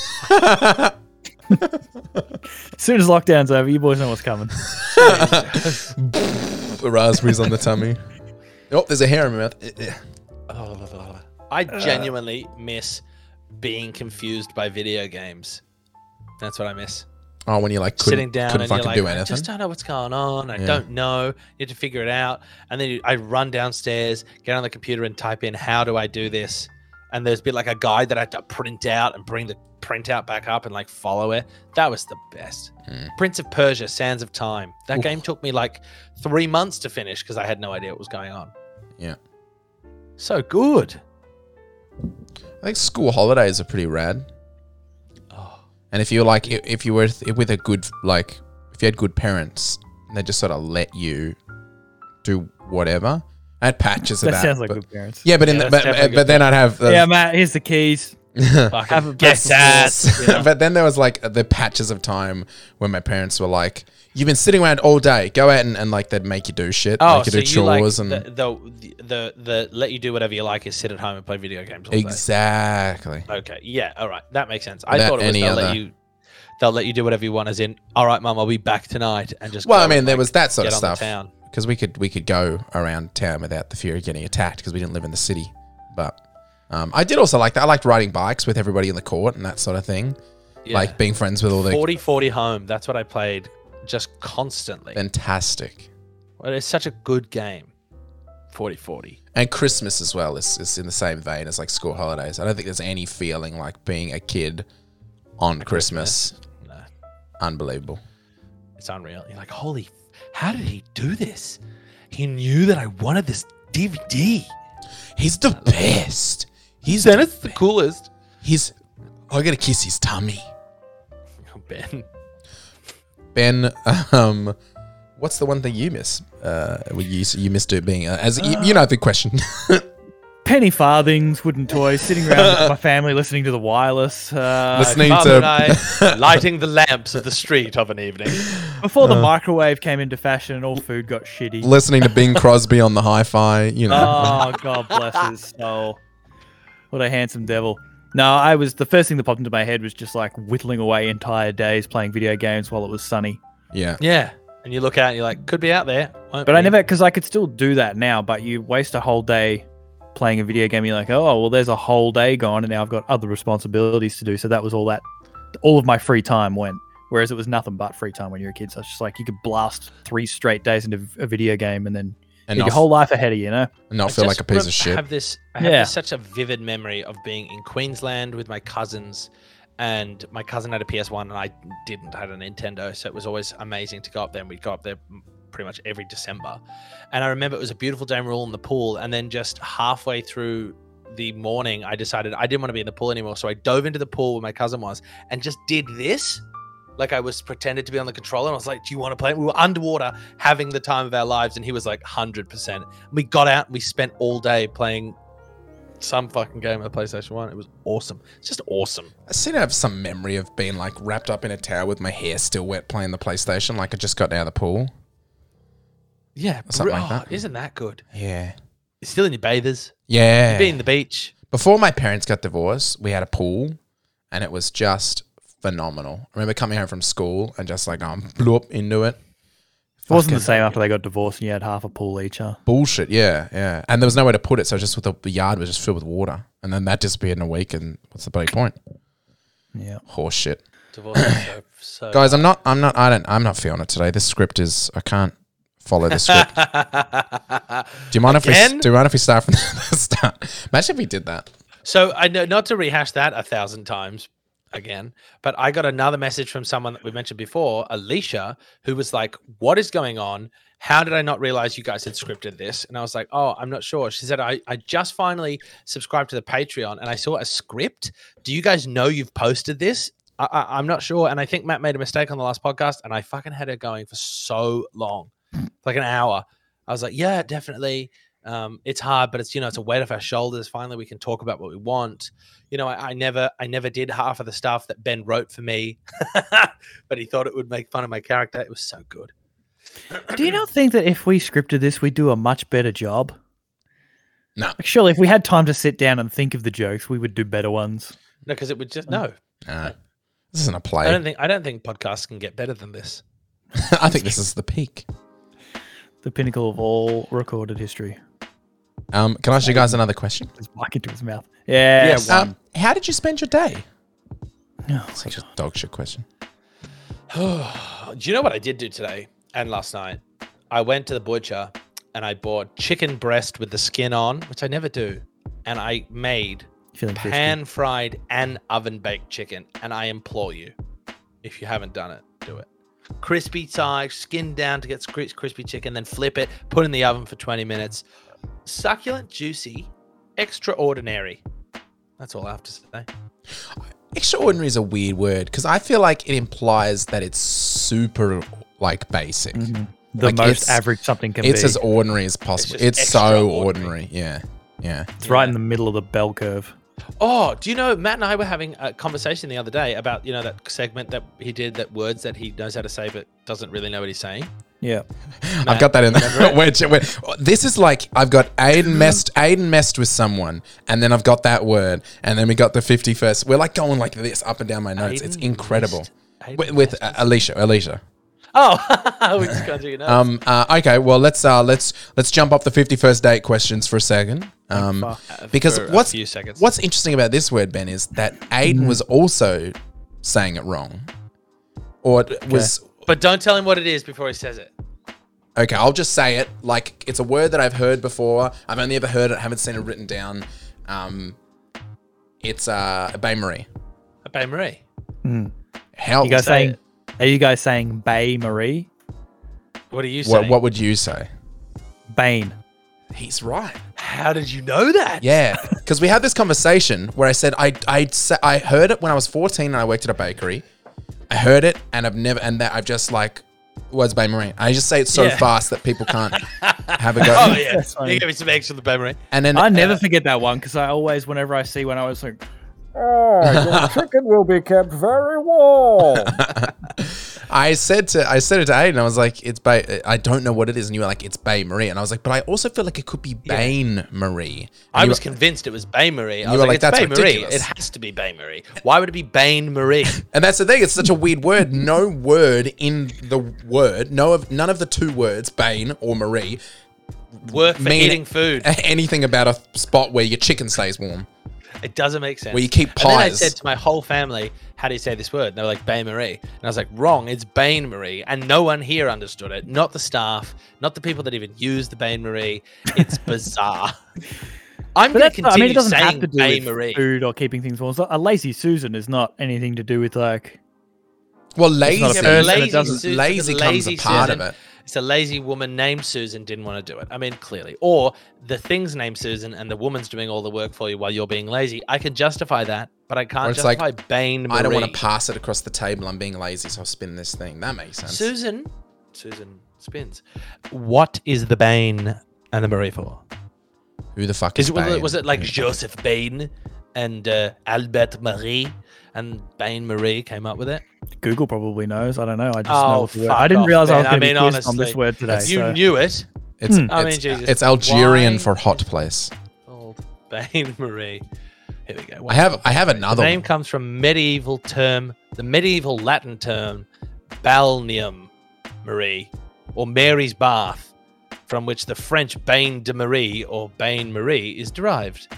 B: soon as lockdown's over, you boys know what's coming.
C: The raspberries on the tummy. Oh, there's a hair in my mouth. Eh, eh.
A: I genuinely miss being confused by video games. That's what I miss.
C: Oh, when you like couldn't,
A: Sitting down
C: couldn't
A: and you're
C: fucking
A: like,
C: do
A: I
C: anything.
A: just don't know what's going on. I
C: Yeah.
A: don't know. You have to figure it out. And then you, I run downstairs, get on the computer, and type in how do I do this. And there's been like a guide that I had to print out and bring the printout back up and like follow it. That was the best.
C: Hmm.
A: Prince of Persia: Sands of Time. That game took me like three months to finish because I had no idea what was going on.
C: Yeah.
A: So good.
C: I think school holidays are pretty rad.
A: Oh.
C: And if you're like, i- if you were th- with a good, like, if you had good parents, and they just sort of let you do whatever. I had patches of
B: That
C: that.
B: sounds like
C: but-
B: good parents.
C: Yeah, but in
A: Yeah,
C: the,
A: that's
C: but,
A: definitely
C: but,
A: good
C: then I'd have uh,
B: Yeah,
C: those,
B: Matt, here's the keys.
A: Fucking
B: Have a
A: get
B: blessed
A: that.
B: Yes.
C: but then there was like the patches of time when my parents were like, "You've been sitting around all day. Go out and, and like they'd make you do shit, make you do chores
A: Oh, you
C: and
A: like the, the the the let you do whatever you like is sit at home and play video games. All day.
C: exactly."
A: Okay, yeah, all right, that makes sense. I
C: Without
A: thought it was
C: any
A: they'll
C: other-
A: let you they'll let you do whatever you want, as in, all right, mum, I'll be back tonight, and just
C: Well,
A: go
C: I mean,
A: and,
C: there
A: like,
C: was that sort
A: get
C: of
A: on the
C: stuff
A: town.
C: because we could we could go around town without the fear of getting attacked because we didn't live in the city. But um, I did also like that. I liked riding bikes with everybody in the court and that sort of thing.
A: Yeah.
C: Like being friends with all the
A: 40 40 home. That's what I played just constantly.
C: fantastic.
A: Well, it's such a good game. 40 40.
C: And Christmas as well is, is in the same vein as like school holidays. I don't think there's any feeling like being a kid on Christmas.
A: No,
C: Unbelievable.
A: it's unreal. You're like, holy, f- how did he do this? He knew that I wanted this DVD.
C: He's the best. He's
A: Then it's the coolest.
C: he's. I gotta kiss his tummy.
A: Ben.
C: Ben, um, what's the one thing you miss? Uh, well, you you miss it being uh, as you, you know the question.
B: Penny farthings, wooden toys, sitting around with my family listening to the wireless. Uh,
C: Listening
A: Mum
C: to-
A: and I lighting the lamps of the street of an evening.
B: Before the microwave came into fashion and all food got shitty.
C: Listening to Bing Crosby on the hi-fi, you know.
A: Uh,
B: Oh God bless his soul. What a handsome devil. No, I was the first thing that popped into my head was just like whittling away entire days playing video games while it was sunny.
C: yeah.
A: Yeah. And you look out and you're like, could be out there. won't
B: But I
A: be.
B: never because I could still do that now, but you waste a whole day playing a video game, you're like, Oh well there's a whole day gone and now I've got other responsibilities to do. So that was all that all of my free time went. Whereas it was nothing but free time when you were a kid. So it's just like you could blast three straight days into a video game and then
C: And
B: your
C: not,
B: whole life ahead of you, you know?
C: and not
A: I
C: feel
A: just
C: like a piece
A: rem-
C: of shit.
A: Have this, I have
B: Yeah.
A: this such a vivid memory of being in Queensland with my cousins, and my cousin had a PS1 and I didn't. I had a Nintendo, so it was always amazing to go up there. And we'd go up there m- pretty much every December. And I remember it was a beautiful day, and we were all in the pool. And then just halfway through the morning, I decided I didn't want to be in the pool anymore, so I dove into the pool where my cousin was and just did this. Like I was pretended to be on the controller, and I was like, "Do you want to play?" We were underwater, having the time of our lives, and he was like, hundred percent." We got out and we spent all day playing some fucking game on the PlayStation 1. It was awesome. It's just awesome.
C: I seem to have some memory of being like wrapped up in a towel with my hair still wet playing the PlayStation, like I just got out of the pool.
A: Yeah.
C: Something
A: bro-
C: like that.
A: oh, Isn't that good?
C: Yeah.
A: Still in your bathers,
C: Yeah.
A: being the beach.
C: Before my parents got divorced, we had a pool and it was just phenomenal. I remember coming home from school and just like, um, blew up into it.
B: It wasn't the same after they got divorced and you had half a pool each, huh?
C: Bullshit, yeah, yeah. And there was nowhere to put it, so just with the, the yard was just filled with water. And then that disappeared in a week, and what's the bloody point?
B: Yeah.
C: Horse shit.
A: Divorce is so, so
C: Guys, I'm not, I'm not, I don't, I'm not feeling it today. This script is, I can't follow the script. do you mind if we,
A: Again?
C: do you mind if we start from the start? Imagine if we did that.
A: So I know not to rehash that a thousand times again, but I got another message from someone that we mentioned before, Alicia, who was like, What is going on? How did I not realize you guys had scripted this? And I was like, Oh, I'm not sure. She said, I, I just finally subscribed to the Patreon and I saw a script. Do you guys know you've posted this? I, I, I'm not sure. And I think Matt made a mistake on the last podcast and I fucking had her going for so long, like an hour. I was like, Yeah, definitely. Um, it's hard, but it's you know it's a weight off our shoulders. Finally, we can talk about what we want. You know, I, I never I never did half of the stuff that Ben wrote for me, but he thought it would make fun of my character. It was so good.
B: Do you not think that if we scripted this, we'd do a much better job?
C: No.
B: Like, surely, if we had time to sit down and think of the jokes, we would do better ones.
A: No, because it would just no.
C: Nah. This isn't a
A: I don't
C: play.
A: think I don't think podcasts can get better than this.
C: I think this is the peak.
B: The pinnacle of all recorded history.
C: Um, can I ask you guys another question?
B: His mic into his mouth. Yeah.
A: Yes.
B: one.
C: Um, how did you spend your day?
B: Oh,
C: Such a dog shit question.
A: Oh, Do you know what I did do today and last night? I went to the butcher and I bought chicken breast with the skin on, which I never do, and I made
B: feeling frisky.
A: pan fried and oven baked chicken. And I implore you, if you haven't done it, do it. Crispy side, skin down to get cris- crispy chicken, then flip it, put in the oven for 20 minutes. Succulent, juicy, extraordinary. That's all I have to say.
C: Extraordinary is a weird word because I feel like it implies that it's super like basic.
B: the
C: like,
B: most
C: it's-
B: average something can
C: It's
B: be.
C: as ordinary as possible.
A: just
C: It's, so ordinary.
A: extraordinary.
C: Yeah. Yeah.
B: it's right in the middle of the bell curve.
A: Oh, do you know Matt and I were having a conversation the other day about you know that segment that he did that words that he knows how to say but doesn't really know what he's saying.
B: Yeah.
C: I've got that in there. Wait, wait. This is like I've got Aiden messed Aiden messed with someone, and then I've got that word, and then we got the fifty first. We're like going like this up and down my notes. it's
A: Aiden
C: incredible.
A: messed- Aiden
C: With, with uh, Alicia, Alicia.
A: Oh, we just gone through your notes.
C: Um. Uh, okay. Well, let's uh let's let's jump off the fifty first date questions for a second. Um,
A: Uh,
C: because
A: For a
C: what's
A: few seconds. Mm.
C: what's interesting about this word Ben is that Aiden was also saying it wrong, or it was
A: but don't tell him what it is before he says it.
C: Okay, I'll just say it. Like it's a word that I've heard before. I've only ever heard it. I haven't seen it written down. Um, it's uh, Bay Marie.
A: A Bay Marie.
C: How?
B: Hmm. You guys
A: say
B: saying? Are you guys saying Bay Marie?
A: What are you saying?
C: what, what would you say?
B: Bane.
C: He's right.
A: How did you know that?
C: Yeah, because we had this conversation where I said I I sa- I heard it when I was 14 and I worked at a bakery. I heard it and I've never and that I've just like was Bay Marie. I just say it so
A: Yeah.
C: fast that people can't have a go.
A: Oh yeah.
B: That's funny.
A: you gave me some eggs from the Bay Marie.
C: And then
B: I never forget that one because I always, whenever I see one, I was like, oh, your chicken will be kept very warm.
C: I said to I said it to Aiden. I was like, "It's Bay. I don't know what it is." And you were like, "It's Bay Marie." And I was like, "But I also feel like it could be Bane Marie."
A: I
C: And you
A: was
C: were-
A: convinced it was Bay Marie. I
C: you
A: was
C: were
A: like,
C: like,
A: it's
C: "That's
A: Bay
C: ridiculous."
A: Marie. It has to be Bay Marie. Why would it be Bane Marie?
C: and that's the thing. It's such a weird word. No word in the word. No of none of the two words, Bane or Marie,
A: Work for
C: Mean-
A: eating food.
C: anything about a spot where your chicken stays warm.
A: It doesn't make sense.
C: Well, you keep
A: And then I
C: pies.
A: said to my whole family, "How do you say this word?" And they were like, "Bain Marie," and I was like, "Wrong. It's Bain Marie." And no one here understood it. Not the staff. Not the people that even use the Bain Marie. It's bizarre. I'm going
B: But
A: to
B: that's not, I mean,
A: continue
B: it doesn't
A: saying
B: have to do
A: Bain
B: with
A: Marie.
B: food or keeping things warm. It's not- A lazy Susan is not anything to do with like.
C: Well,
B: not a
C: lazy,
B: Yeah, but person, it
A: lazy,
B: doesn't-
A: Susan-
C: lazy comes
A: lazy
C: a part
A: Susan-
C: of it.
A: It's a lazy woman named Susan didn't want to do it. I mean, clearly, or the thing's named Susan and the woman's doing all the work for you while you're being lazy. I can justify that, but I
C: Or
A: can't
C: it's like,
A: justify Bain Marie.
C: I don't want to pass it across the table. I'm being lazy, so I'll spin this thing. That makes sense.
A: Susan, Susan spins. What is the Bane and the Marie for?
C: Who the fuck is,
A: Is it, was,
C: Bane?
A: it, was it like
C: Who-
A: Joseph Bain and uh, Albert Marie and Bain Marie came up with it?
B: Google probably knows. I don't know. I just
A: Oh,
B: know. what the word-
A: fuck
B: I didn't
A: off,
B: realize I was
A: man. I
B: going to be
A: mean,
B: quizzed on this
A: honestly,
B: word today.
A: you
B: so-
A: knew it.
C: It's,
B: Hmm.
A: I mean,
C: it's,
A: Jesus,
C: it's Algerian
A: why-
C: for hot place.
A: Called Bain Oh, Marie. Here we go.
C: I have I have another
A: the
C: one.
A: name comes from medieval term, the medieval Latin term, balneum Marie, or Mary's bath, from which the French Bain de Marie or Bain Marie is derived.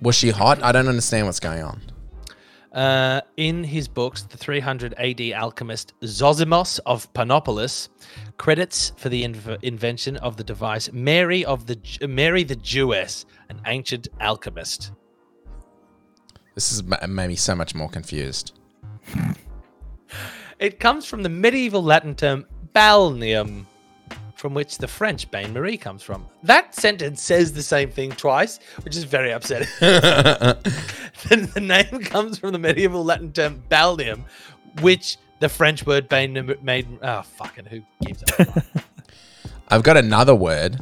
C: Was she hot? I don't understand what's going on.
A: Uh, in his books, the 300 AD alchemist Zosimos of Panopolis credits for the inv- invention of the device Mary of the Ju- Mary the Jewess, an ancient alchemist.
C: This is ma- made me so much more confused.
A: It comes from the medieval Latin term balneum, from which the French bain marie comes from. That sentence says the same thing twice, which is very upsetting. the, the name comes from the medieval Latin term balneum, which the French word ah, bain made. Oh, fucking who keeps up?
C: I've got another word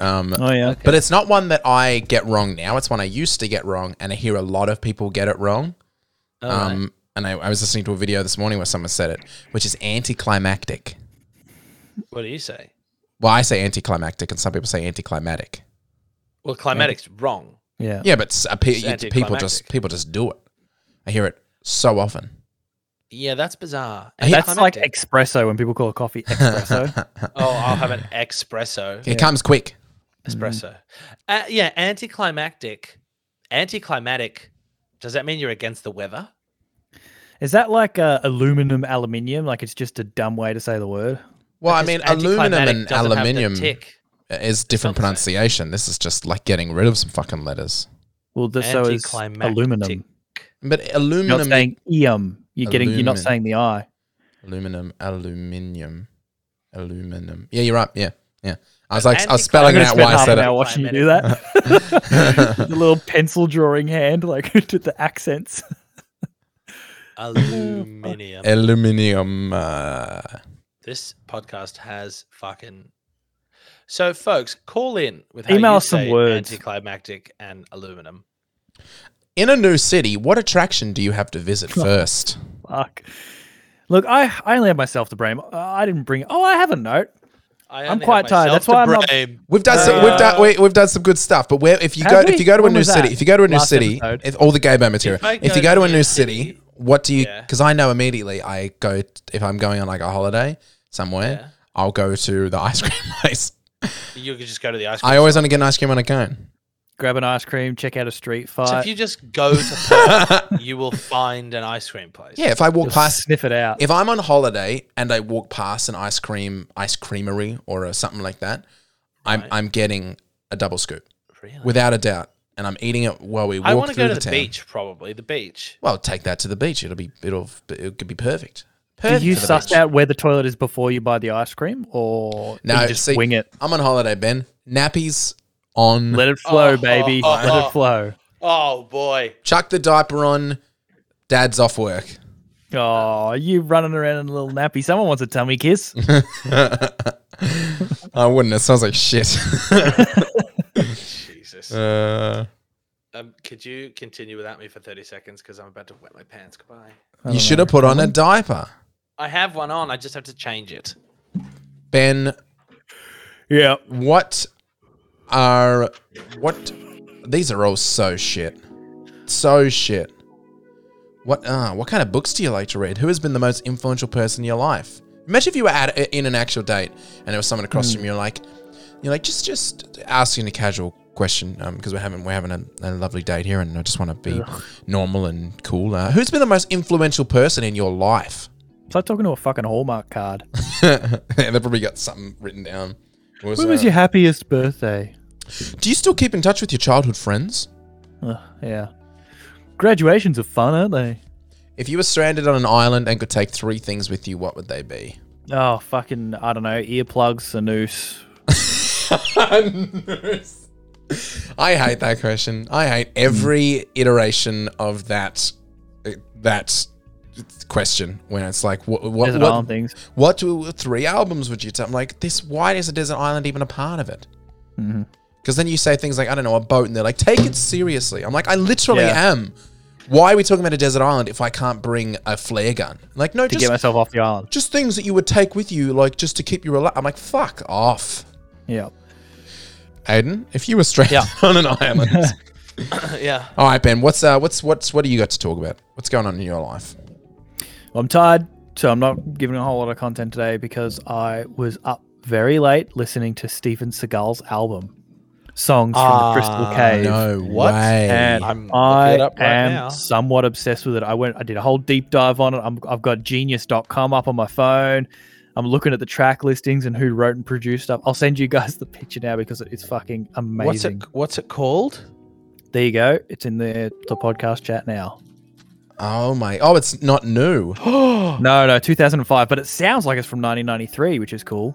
C: Um,
B: Oh yeah.
C: But it's not one that I get wrong now. It's one I used to get wrong, and I hear a lot of people get it wrong.
A: Alright.
C: Um, And I, I was listening to a video this morning where someone said it, which is anticlimactic.
A: what do you say?
C: Well, I say anticlimactic, and some people say anticlimatic.
A: Well, climatic's wrong.
B: Yeah.
C: Yeah, but s- uh, pe-
A: It's
C: you- people just
A: anticlimactic.
C: people just do it. I hear it so often.
A: Yeah, that's bizarre.
C: I hear-
B: That's like espresso when people call coffee espresso.
A: oh, I'll have an espresso.
C: It comes quick. Mm-hmm.
A: Espresso. Uh, yeah, anticlimactic. Anticlimatic. Does that mean you're against the weather?
B: Is that like uh, aluminum, aluminium? Like it's just a dumb way to say the word?
C: Well, I mean,
A: Because
C: aluminum
A: anticlimactic
C: and
A: doesn't have the
C: aluminium
A: Tick.
C: is different
A: Something.
C: pronunciation. This is just like getting rid of some fucking letters.
B: Well, the, so is
A: Anticlimactic.
B: aluminum.
C: But
B: You're not
C: aluminum,
B: saying eum. You're getting. You're
C: Mm. Aluminum.
B: not saying the i.
C: aluminum, aluminium, aluminum. Yeah, you're right. Yeah, yeah. I was like, I was spelling
B: I'm
C: it
B: gonna spend
C: out why I
B: half
C: said
B: an
C: it.
B: hour watching you do that. the little pencil drawing hand, like to the accents.
A: Aluminium.
C: Eh. Aluminium. Uh,
A: this podcast has fucking. So, folks, call in with how
B: Email
A: you
B: us some
A: say
B: words.
A: Anticlimactic and aluminum.
C: in a new city, what attraction do you have to visit first?
B: Fuck. Look, I, I only have myself to blame. Uh, I didn't bring. Oh, I have a note.
A: I
B: I'm
A: only have
B: quite tired.
A: myself
B: That's why
A: to
B: I'm not-
A: blame.
C: We've done some, we've done we, we've done some good stuff, but where if you go
B: Have
C: if
B: we?
C: you go to a
B: When
C: new
B: was
C: city
B: that?
C: if you go to a new
B: Last
C: city
B: episode.
C: if, all the gay bar material
A: I
C: if, you go to a new city,
A: city,
C: what do you
A: yeah.
C: because I know immediately I go t- if I'm going on like a holiday somewhere
A: Yeah.
C: I'll go to the ice cream place.
A: You could just go to the ice cream.
C: I always only get an ice cream on a cone.
B: Grab an ice cream. Check out a street fight.
A: so if you just go to Perth, you will find an ice cream place.
C: Yeah, if I walk
B: You'll
C: past
B: sniff it out.
C: if I'm on holiday and I walk past an ice cream ice creamery or a, something like that, I'm I'm getting a double scoop
A: Really?
C: without a doubt, and I'm eating it while we walk
A: I want to
C: through
A: go to the
C: town.
A: beach, probably. The beach.
C: Well, take that to the beach. It'll be it'll it could be perfect.
B: Do
C: Perfect.
B: you
C: for the
B: suss
C: beach.
B: out where the toilet is before you buy the ice cream, or
C: No,
B: you just
C: see,
B: wing it?
C: I'm on holiday, Ben. Nappies on.
B: Let it flow,
A: Oh,
B: baby.
A: oh,
B: Let
A: oh.
B: it flow.
A: Oh, boy.
C: chuck the diaper on. Dad's off work.
B: Oh, you running around in a little nappy. Someone wants a tummy kiss.
C: I wouldn't. It sounds like shit.
A: Jesus.
C: uh,
A: Um, could you continue without me for 30 seconds? Because I'm about to wet my pants. Goodbye.
C: you should have put on a diaper,
A: I have one on. I just have to change it.
C: Ben.
B: yeah.
C: What are what? These are all so shit. So shit. What uh, what kind of books do you like to read? Who has been the most influential person in your life? Imagine if you were at in an actual date and there was someone across from you, like you're like just just asking a casual question because we're having we're having a, a lovely date here and I just want to be normal and cool. Uh, who's been the most influential person in your life?
B: It's like talking to a fucking Hallmark card.
C: They've probably got something written down. Was,
B: When was
C: uh,
B: your happiest birthday?
C: Do you still keep in touch with your childhood friends?
B: Ugh, yeah. Graduations are fun, aren't they?
C: If you were stranded on an island and could take three things with you, what would they be?
B: Oh, fucking, I don't know. Earplugs, a noose.
C: I hate that question. I hate every iteration of that uh, that question when it's like what what
B: Desert
C: what,
B: Island things.
C: what do, three albums would you take? I'm like this why is a desert island even a part of it?
B: Mm-hmm.
C: Because then you say things like I don't know a boat and they're like take it seriously. I'm like I literally
B: Yeah.
C: am. Why are we talking about a desert island if I can't bring a flare gun? Like no,
B: To
C: just
B: get myself off the island.
C: just things that you would take with you, like just to keep you alive. I'm like, fuck off,
B: Yeah.
C: Aiden. If you were stranded on an island.
A: yeah.
C: All right, Ben. What's uh, what's what's what do you got to talk about? What's going on in your life?
B: I'm tired, so I'm not giving a whole lot of content today because I was up very late listening to Steven Seagal's album, Songs from the Crystal
A: Ah,
B: Cave.
C: No
A: What?
C: way.
B: and
A: I'm looking
B: I
A: it up right
B: am
A: now.
B: somewhat obsessed with it. I went, I did a whole deep dive on it. I'm, I've got genius.com up on my phone. I'm looking at the track listings and who wrote and produced stuff. I'll send you guys the picture now because it is fucking amazing.
A: What's it What's it called?
B: There you go. It's in the, the podcast chat now.
C: oh my. Oh, it's not new.
B: No, no, 2005, but it sounds like it's from 1993, which is cool.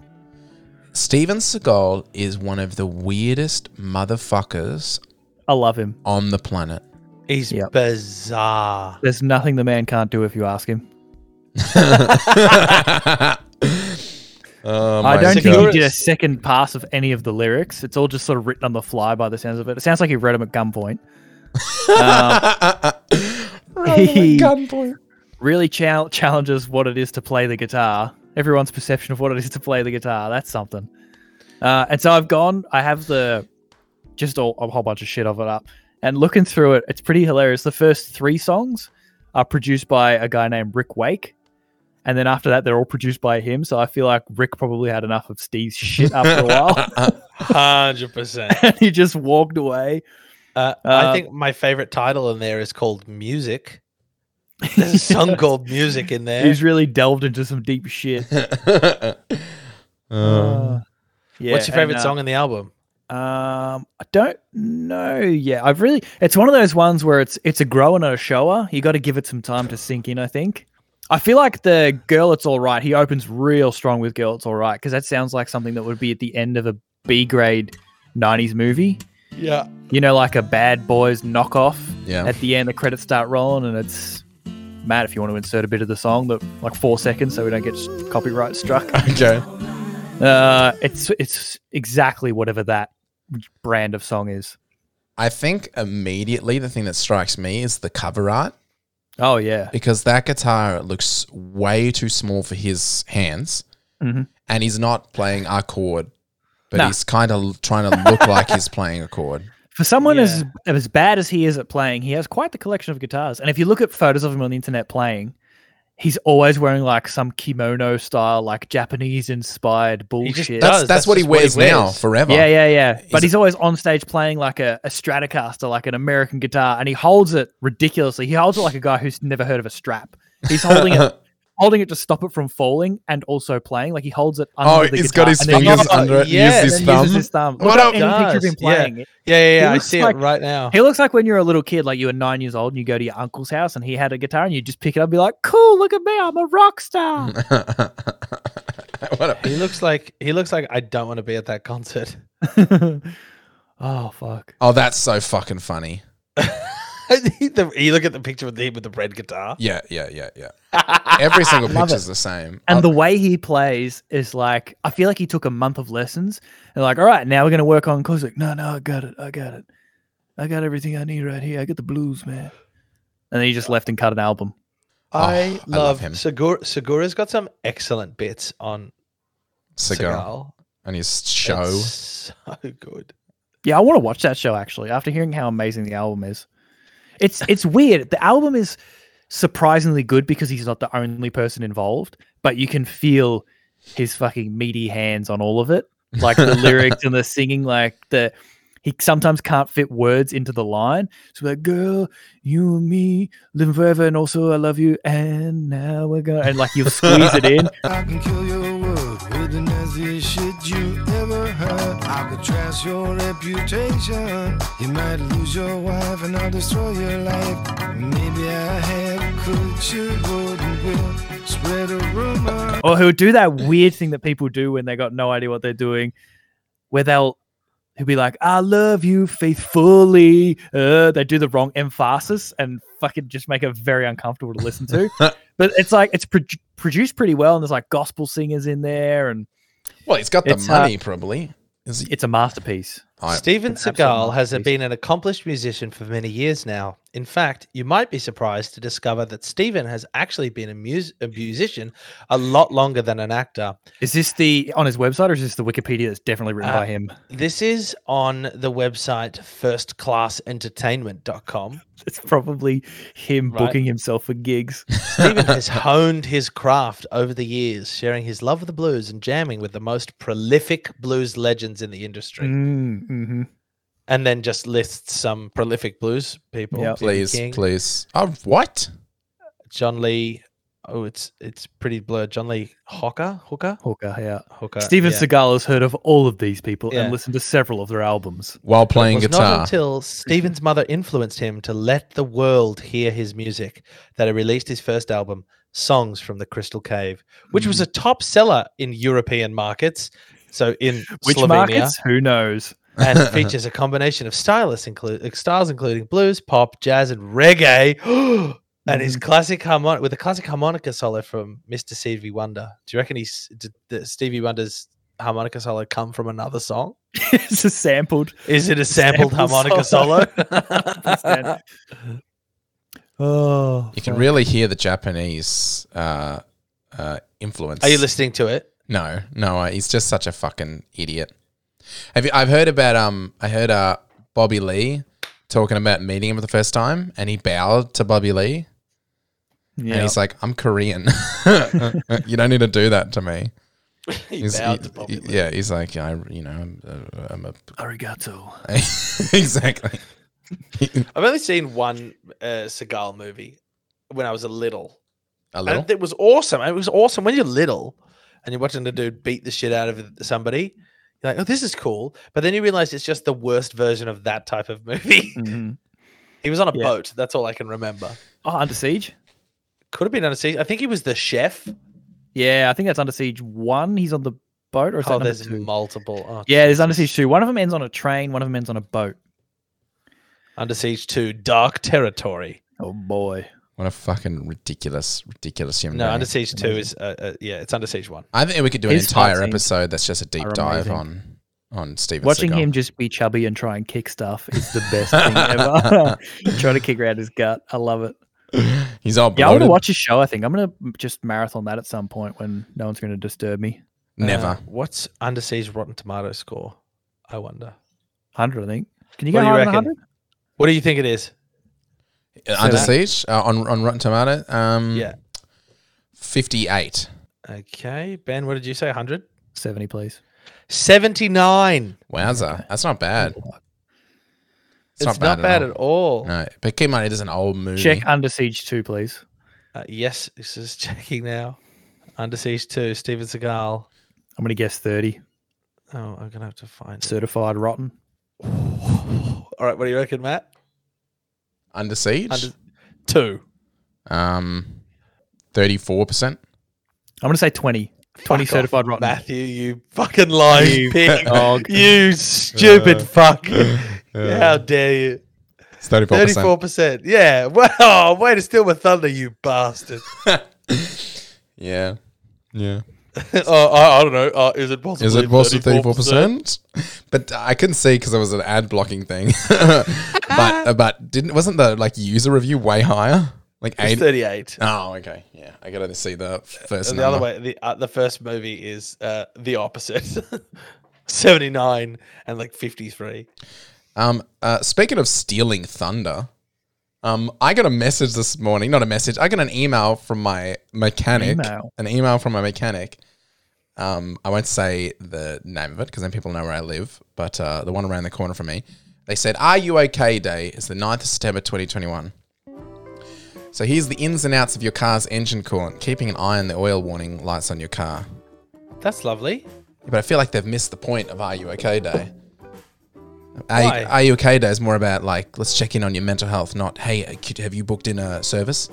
C: Steven Seagal is one of the weirdest motherfuckers
B: I love him.
C: on the planet.
A: He's
B: Yep.
A: bizarre.
B: There's nothing the man can't do if you ask him.
C: Oh,
B: I
C: my
B: don't think
C: God.
B: he
A: God.
B: did a second pass of any of the lyrics. It's all just sort of written on the fly by the sounds of it. It sounds like he read them at gunpoint. um, he really chal challenges what it is to play the guitar. Everyone's perception of what it is to play the guitar. That's something. Uh, and so I've gone. I have the just all, a whole bunch of shit of it up. And looking through it, it's pretty hilarious. The first three songs are produced by a guy named Rick Wake. And then after that, they're all produced by him. So I feel like Rick probably had enough of Steve's shit after a while.
A: Hundred percent.
B: and he just walked away.
A: Uh,
B: Uh,
A: I think my favorite title in there is called Music. There's a song called Music in there.
B: He's really delved into some deep shit.
C: Um,
B: Uh, yeah,
A: What's your favorite
B: and, uh,
A: song in the album?
B: Um, I don't know. Yeah, I've really. It's one of those ones where it's it's a grower not a shower. You got to give it some time to sink in. I think. I feel like the girl. It's all right. He opens real strong with girl. It's all right because that sounds like something that would be at the end of a B grade '90s movie.
A: Yeah.
B: You know, like a Bad Boys knockoff.
C: Yeah.
B: At the end, the credits start rolling, and it's Matt. If you want to insert a bit of the song, that like four seconds, so we don't get s- copyright struck.
C: okay.
B: Uh, it's it's exactly whatever that brand of song is.
C: I think immediately the thing that strikes me is the cover art
B: Oh yeah.
C: because that guitar looks way too small for his hands,
B: Mhm.
C: and he's not playing a chord, but
B: Nah.
C: he's kind of trying to look like he's playing a chord.
B: For someone as as bad as he is at playing, he has quite the collection of guitars. And if you look at photos of him on the internet playing, he's always wearing like some kimono style, like Japanese inspired
A: He just
B: bullshit.
C: That's,
A: does,
C: that's,
A: that's
C: what he
A: just what he
C: wears, now
A: wears.
C: forever.
B: Yeah, yeah, yeah.
C: He's-
B: But he's always on stage playing like a, a Stratocaster, like an American guitar, and he holds it ridiculously. He holds it like a guy who's never heard of a strap. He's holding it, holding it to stop it from falling, and also playing like he holds it. Under
C: Oh,
B: the
C: he's
B: guitar
C: got his
B: and then
C: fingers
B: uses-
C: under it.
A: yes,
C: and
B: and
C: uses his
B: then
C: thumb.
B: uses his thumb.
C: What
B: Look up
C: up?
B: any picture of him
A: Does, yeah.
B: playing.
A: Yeah, yeah,
B: He
A: yeah. I
B: looks
A: see
B: like-
A: it right now.
B: He looks like when you're a little kid, like you were nine years old and you go to your uncle's house and he had a guitar and you just pick it up and be like, cool, look at me, I'm a rock star.
C: what up?
A: He looks like he looks like I don't want to be at that concert.
B: oh, fuck.
C: Oh, that's so fucking funny.
A: The- you look at the picture with the with the red guitar.
C: Yeah, yeah, yeah, yeah. Every single
B: Love
C: picture's the same. Oh,
B: And
C: I-
B: the way he plays is like, I feel like he took a month of lessons and like, all right, now we're going to work on chords. Like, no, no, I got it. I got it. I got everything I need right here. I got the blues, man. And then he just left and cut an album.
A: I
C: Oh, I love
A: love
C: him.
A: Segura. Segura's got some excellent bits on
C: cigar
A: Segal.
C: and his show.
A: It's so good.
B: Yeah, I want to watch that show actually. After hearing how amazing the album is, it's it's weird. The album is surprisingly good because he's not the only person involved, but you can feel his fucking meaty hands on all of it, like the lyrics and the singing. Like the he sometimes can't fit words into the line. So like, girl, you and me living forever, and also I love you, and now we're going and like you'll squeeze it in.
E: I can kill your world with the nastiest shit you ever heard. I could trash your reputation. You might lose your wife and I'll destroy your life. Maybe I have could you would and will spread a rumor.
B: or who'll do that weird thing that people do when they got no idea what they're doing, where they'll he'll be like, "I love you faithfully." Uh, they do the wrong emphasis and fucking just make it very uncomfortable to listen to. but it's like it's pro- produced pretty well, and there's like gospel singers in there, and
C: Well, he's got the
B: It's, uh,
C: money, probably. Is he-
B: it's a masterpiece.
C: I-
A: Steven
B: It's an absolute
A: Seagal has
B: masterpiece.
A: been an accomplished musician for many years now. In fact, you might be surprised to discover that Steven has actually been a, mus- a musician a lot longer than an actor.
B: Is this the on his website, or is this the Wikipedia that's definitely written
A: Uh,
B: by him?
A: This is on the website firstclassentertainment.com.
B: It's probably him
A: right.
B: booking himself for gigs.
A: Stephen has honed his craft over the years, sharing his love of the blues and jamming with the most prolific blues legends in the industry.
B: Mm, mhm.
A: And then just lists some prolific blues people.
B: Yep.
A: B.B.
C: please,
A: King,
C: please. Oh, what?
A: John Lee. Oh, it's it's pretty blurred. John Lee Hooker, Hooker,
B: Hooker, yeah.
A: Hooker.
B: Steven
A: yeah.
B: Seagal has heard of all of these people
A: Yeah.
B: and listened to several of their albums.
C: While
A: It
C: playing
A: was
C: guitar.
A: Not until Steven's mother influenced him to let the world hear his music that he released his first album, Songs from the Crystal Cave, which was a top seller in European markets. So in
B: Which
A: Slovenia,
B: markets? Who knows?
A: and features a uh, combination of stylists, inclu- styles including blues, pop, jazz, and reggae. And
C: Mm-hmm.
A: his classic harmonic with a classic harmonica solo from Mr. Stevie Wonder. Do you reckon he's did the Stevie Wonder's harmonica solo come from another song?
B: it's a sampled.
A: Is it a sampled
B: Sample
A: harmonica
B: solo.
A: solo?
B: Understand. Oh,
C: You can
B: fuck.
C: really hear the Japanese uh, uh, influence.
A: Are you listening to it?
C: No, no, uh, he's just such a fucking idiot. Have you, I've heard about um, I heard uh, Bobby Lee talking about meeting him for the first time, and he bowed to Bobby Lee, and
B: yeah.
C: he's like, "I'm Korean. you don't need to do that to me." He's- he- he- Yeah, he's like, "I, you know, I'm, uh, I'm a
B: Arigato.
C: exactly."
A: I've only seen one uh, Seagal movie when I was a little.
C: A
A: And
C: little.
A: it was awesome. It was awesome when you're little and you're watching a dude beat the shit out of somebody. You're like, oh, this is cool. But then you realize it's just the worst version of that type of movie.
B: Mhm.
A: he was on a
B: Yeah.
A: boat. That's all I can remember.
B: Oh, Under Siege.
A: Could have been on a sea. I think he was the chef.
B: Yeah, I think that's Under Siege one. He's on the boat, or is
A: Oh,
B: that number
A: there's
B: two?
A: multiple. Oh,
B: yeah, there's Under Siege two. One of them ends on a train. One of them ends on a boat.
A: Under Siege 2, Dark Territory.
B: Oh boy.
C: What a fucking ridiculous, ridiculous human
A: No,
C: being.
A: Under Siege 2 is, uh, uh, yeah, it's Under Siege 1.
C: I think we could do an
B: His
C: entire
B: fighting
C: episode that's just a deep
B: are
C: dive
B: amazing.
C: on on Steven
B: Watching
C: Seagal.
B: him just be chubby and try and kick stuff is the best thing ever. Trying to kick around his gut. I love it.
C: He's all
B: Yeah, I want
C: bloated.
B: to watch his show. I think I'm gonna m- just marathon that at some point when no one's gonna disturb me.
C: Never.
A: Uh, what's Under Siege Rotten Tomato score? I wonder.
B: Hundred, I think. Can you
A: What
B: go
A: do you
B: higher than
A: reckon?
B: hundred?
A: What do you think it is?
C: Under
A: that.
C: Siege uh, on on Rotten Tomato. Um,
A: Yeah.
C: fifty eight.
A: Okay. Ben, what did you say? 100?
B: Seventy, please.
A: 79.
C: Wowza, that's not bad.
A: It's, not, bad, at all.
C: No, but keep in mind it is an old movie.
B: Check Under Siege two, please.
A: Uh, yes, this is checking now. Under Siege 2, Steven Seagal.
B: I'm gonna guess thirty.
A: Oh, I'm going to have to find it.
B: Certified rotten.
A: All right. What do you reckon, Matt?
C: Under Siege.
A: Under Two.
C: um, thirty four percent.
B: I'm gonna say twenty. Twenty
A: Fuck off,
B: certified rotten.
A: Matthew, you fucking lying
B: You
A: pig.
B: dog.
A: you stupid fuck. How dare you?
C: It's thirty four percent.
A: 34%. Yeah. Wow. Way to steal my thunder, you bastard.
C: Yeah. Yeah.
A: uh, I, I don't know. Uh, is it possible?
C: Is it possibly thirty four percent? But I couldn't see because it was an ad blocking thing. but uh, but didn't wasn't the like user review way higher? Like
A: It's
C: eight.
A: 38.
C: Oh, okay. Yeah, I gotta see the first.
A: And the other way,
C: number.
A: the uh, the first movie is uh, the opposite, seventy nine and like fifty three.
C: Um, uh, speaking of stealing thunder, um, I got a message this morning. Not a message. I got an email from my mechanic.
B: Email.
C: An email from my mechanic. Um, I won't say the name of it because then people know where I live. But uh, the one around the corner from me, they said, "Are you okay?" Day is the 9th of September, twenty twenty one. So here's the ins and outs of your car's engine coolant. Keeping an eye on the oil warning lights on your car.
A: That's lovely.
C: But I feel like they've missed the point of Are You Okay Day. Are,
A: Why?
C: you, Are You Okay Day is more about like, let's check in on your mental health, not, hey, uh, could- have you booked in a service?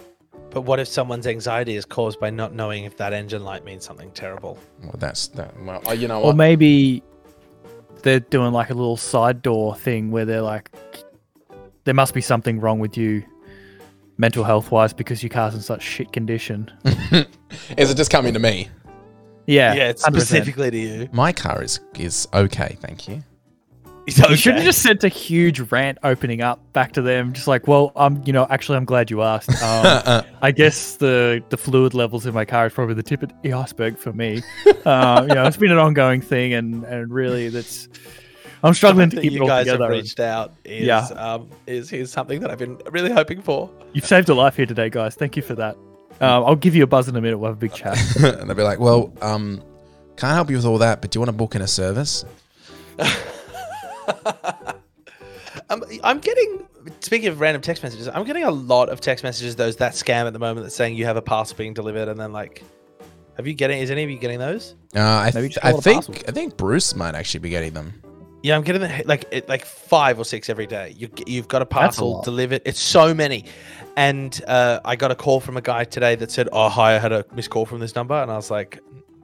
A: But what if someone's anxiety is caused by not knowing if that engine light means something terrible?
C: Well, that's that. Well, oh, you know
B: Or
C: what?
B: maybe they're doing like a little side door thing where they're like, there must be something wrong with you mental health wise because your car's in such shit condition.
A: Mm.
C: Is it just coming to me?
B: Yeah.
A: Yeah, it's
B: 100%.
A: specifically to you.
C: My car is is okay, thank you.
A: It's okay.
B: You should have just sent a huge rant opening up back to them, just like, well, um, you know, actually, I'm glad you asked. Um, I guess the the fluid levels in my car is probably the tip of the iceberg for me. Uh, you know, it's been an ongoing thing, and and really, that's I'm
A: Something
B: struggling to
A: that
B: keep it
A: you
B: all
A: guys
B: together.
A: have reached out is
B: Yeah.
A: um, is is something that I've been really hoping for.
B: You've saved a life here today, guys. Thank you for that. Um, I'll give you a buzz in a minute. We'll have a big chat.
C: and they'll be like, well, um, can't help you with all that, but do you want to book in a service?
A: Um, I'm getting speaking of random text messages, I'm getting a lot of text messages. Those that scam at the moment that's saying you have a parcel being delivered, and then like, have you getting? Is any of you getting those?
C: Uh, I,
B: Maybe
C: th-
B: just
C: I
B: call it a
C: think
B: parcel.
C: I think Bruce might actually be getting them.
A: Yeah, I'm getting the, like it, like five or six every day. You g- you've got a parcel
B: lot.
A: delivered. It's so many, and uh, I got a call from a guy today that said, "Oh, hi, I had a missed call from this number," and I was like,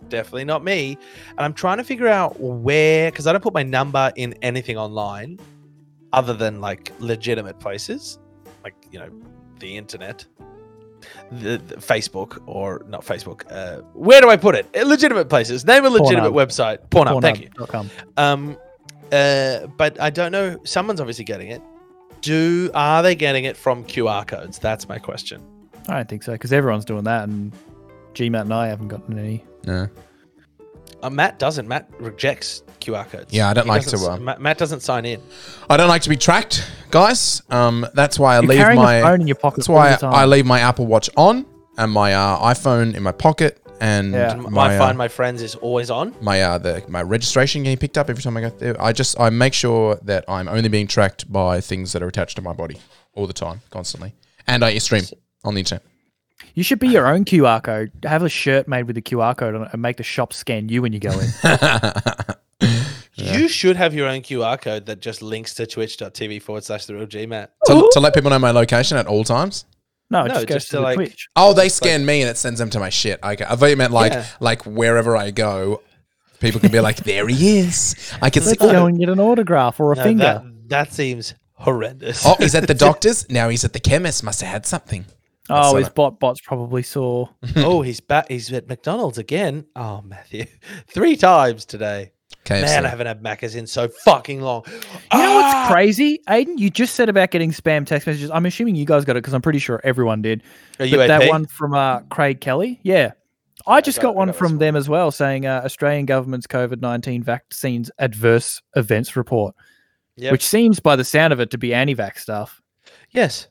A: "Definitely not me." And I'm trying to figure out where because I don't put my number in anything online, other than like legitimate places, like you know, the internet. the, the Facebook or not Facebook. Uh, where do I put it? Legitimate places. Name a legitimate
B: Pornhub.
A: website. Pornhub. Thank you.
B: Pornhub.com.
A: Um, uh, but I don't know. Someone's obviously getting it. Do are they getting it from QR codes? That's my question.
B: I don't think so because everyone's doing that, and GMAT and I haven't gotten any.
C: No.
A: Uh, Matt doesn't. Matt rejects QR codes.
C: Yeah, I don't
A: He
C: like to,
A: doesn't s-
C: uh,
A: Matt, Matt doesn't sign in.
C: I don't like to be tracked, guys. Um, that's why I
B: You're
C: leave
B: carrying
C: my
B: a phone in your pocket
C: That's
B: all
C: why
B: the time.
C: I leave my Apple Watch on and my uh, iPhone in my pocket and
B: Yeah.
A: M-
C: my
A: my
C: uh,
A: find my friends is always on.
C: my uh, the my registration getting picked up every time I go there. I just I make sure that I'm only being tracked by things that are attached to my body all the time, constantly. And I stream on the internet.
B: You should be your own QR code. Have a shirt made with a QR code on it and make the shop scan you when you go in.
A: You should have your own QR code that just links to twitch.tv forward slash the real G Matt.
C: To, to let people know my location at all times.
B: No, it
A: No,
B: just goes
A: just
B: to
A: to,
B: the
A: like-
B: Twitch.
C: Oh, they scan me and it sends them to my shit. Okay. I thought you meant like
A: Yeah.
C: like wherever I go, people can be like, there he is. I can see.
B: Let's go and get an autograph or a
A: No,
B: finger.
A: Uh, That, that seems horrendous.
C: Oh, he's at the doctor's. Now he's at the chemist. Must have had something. That's
B: oh,
C: on
B: his
C: it.
B: bot bots probably saw.
A: oh, he's back. He's at McDonald's again. Oh, Matthew, three times today.
C: KFC.
A: Man, I haven't had Macca's in so fucking long.
B: You know
A: Ah!
B: what's crazy, Aiden? You just said about getting spam text messages. I'm assuming you guys got it because I'm pretty sure everyone did.
A: Are you
B: But that
A: AP?
B: one from uh, Craig Kelly, yeah. I just
A: got- I
B: got one
A: got this
B: from them as well saying uh, Australian government's COVID 19 vaccines adverse events report,
A: Yep.
B: which seems by the sound of it to be anti vax stuff.
A: Yes,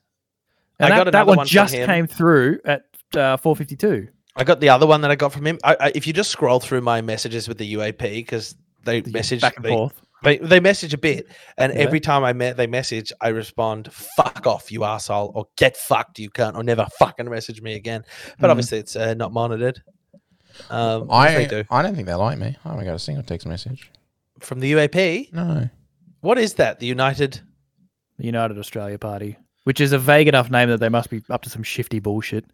A: I
B: And that,
A: got
B: that
A: another
B: one,
A: one from
B: just
A: him.
B: came through at uh, 452.
A: I got the other one that I got from him. I, I, if you just scroll through my messages with the UAP because they message
B: back and
A: they,
B: forth.
A: They, they message a bit, and
B: Yeah.
A: every time I met they message, I respond "fuck off, you asshole," or "get fucked, you cunt," or "never fucking message me again." But
B: Mhm.
A: obviously, it's uh, not monitored. Um, what do they
C: I,
A: do
C: I don't think they like me. I haven't got a single text message.
A: from the UAP.
C: No.
A: What is that? The United?
B: The United Australia Party, which is a vague enough name that they must be up to some shifty bullshit.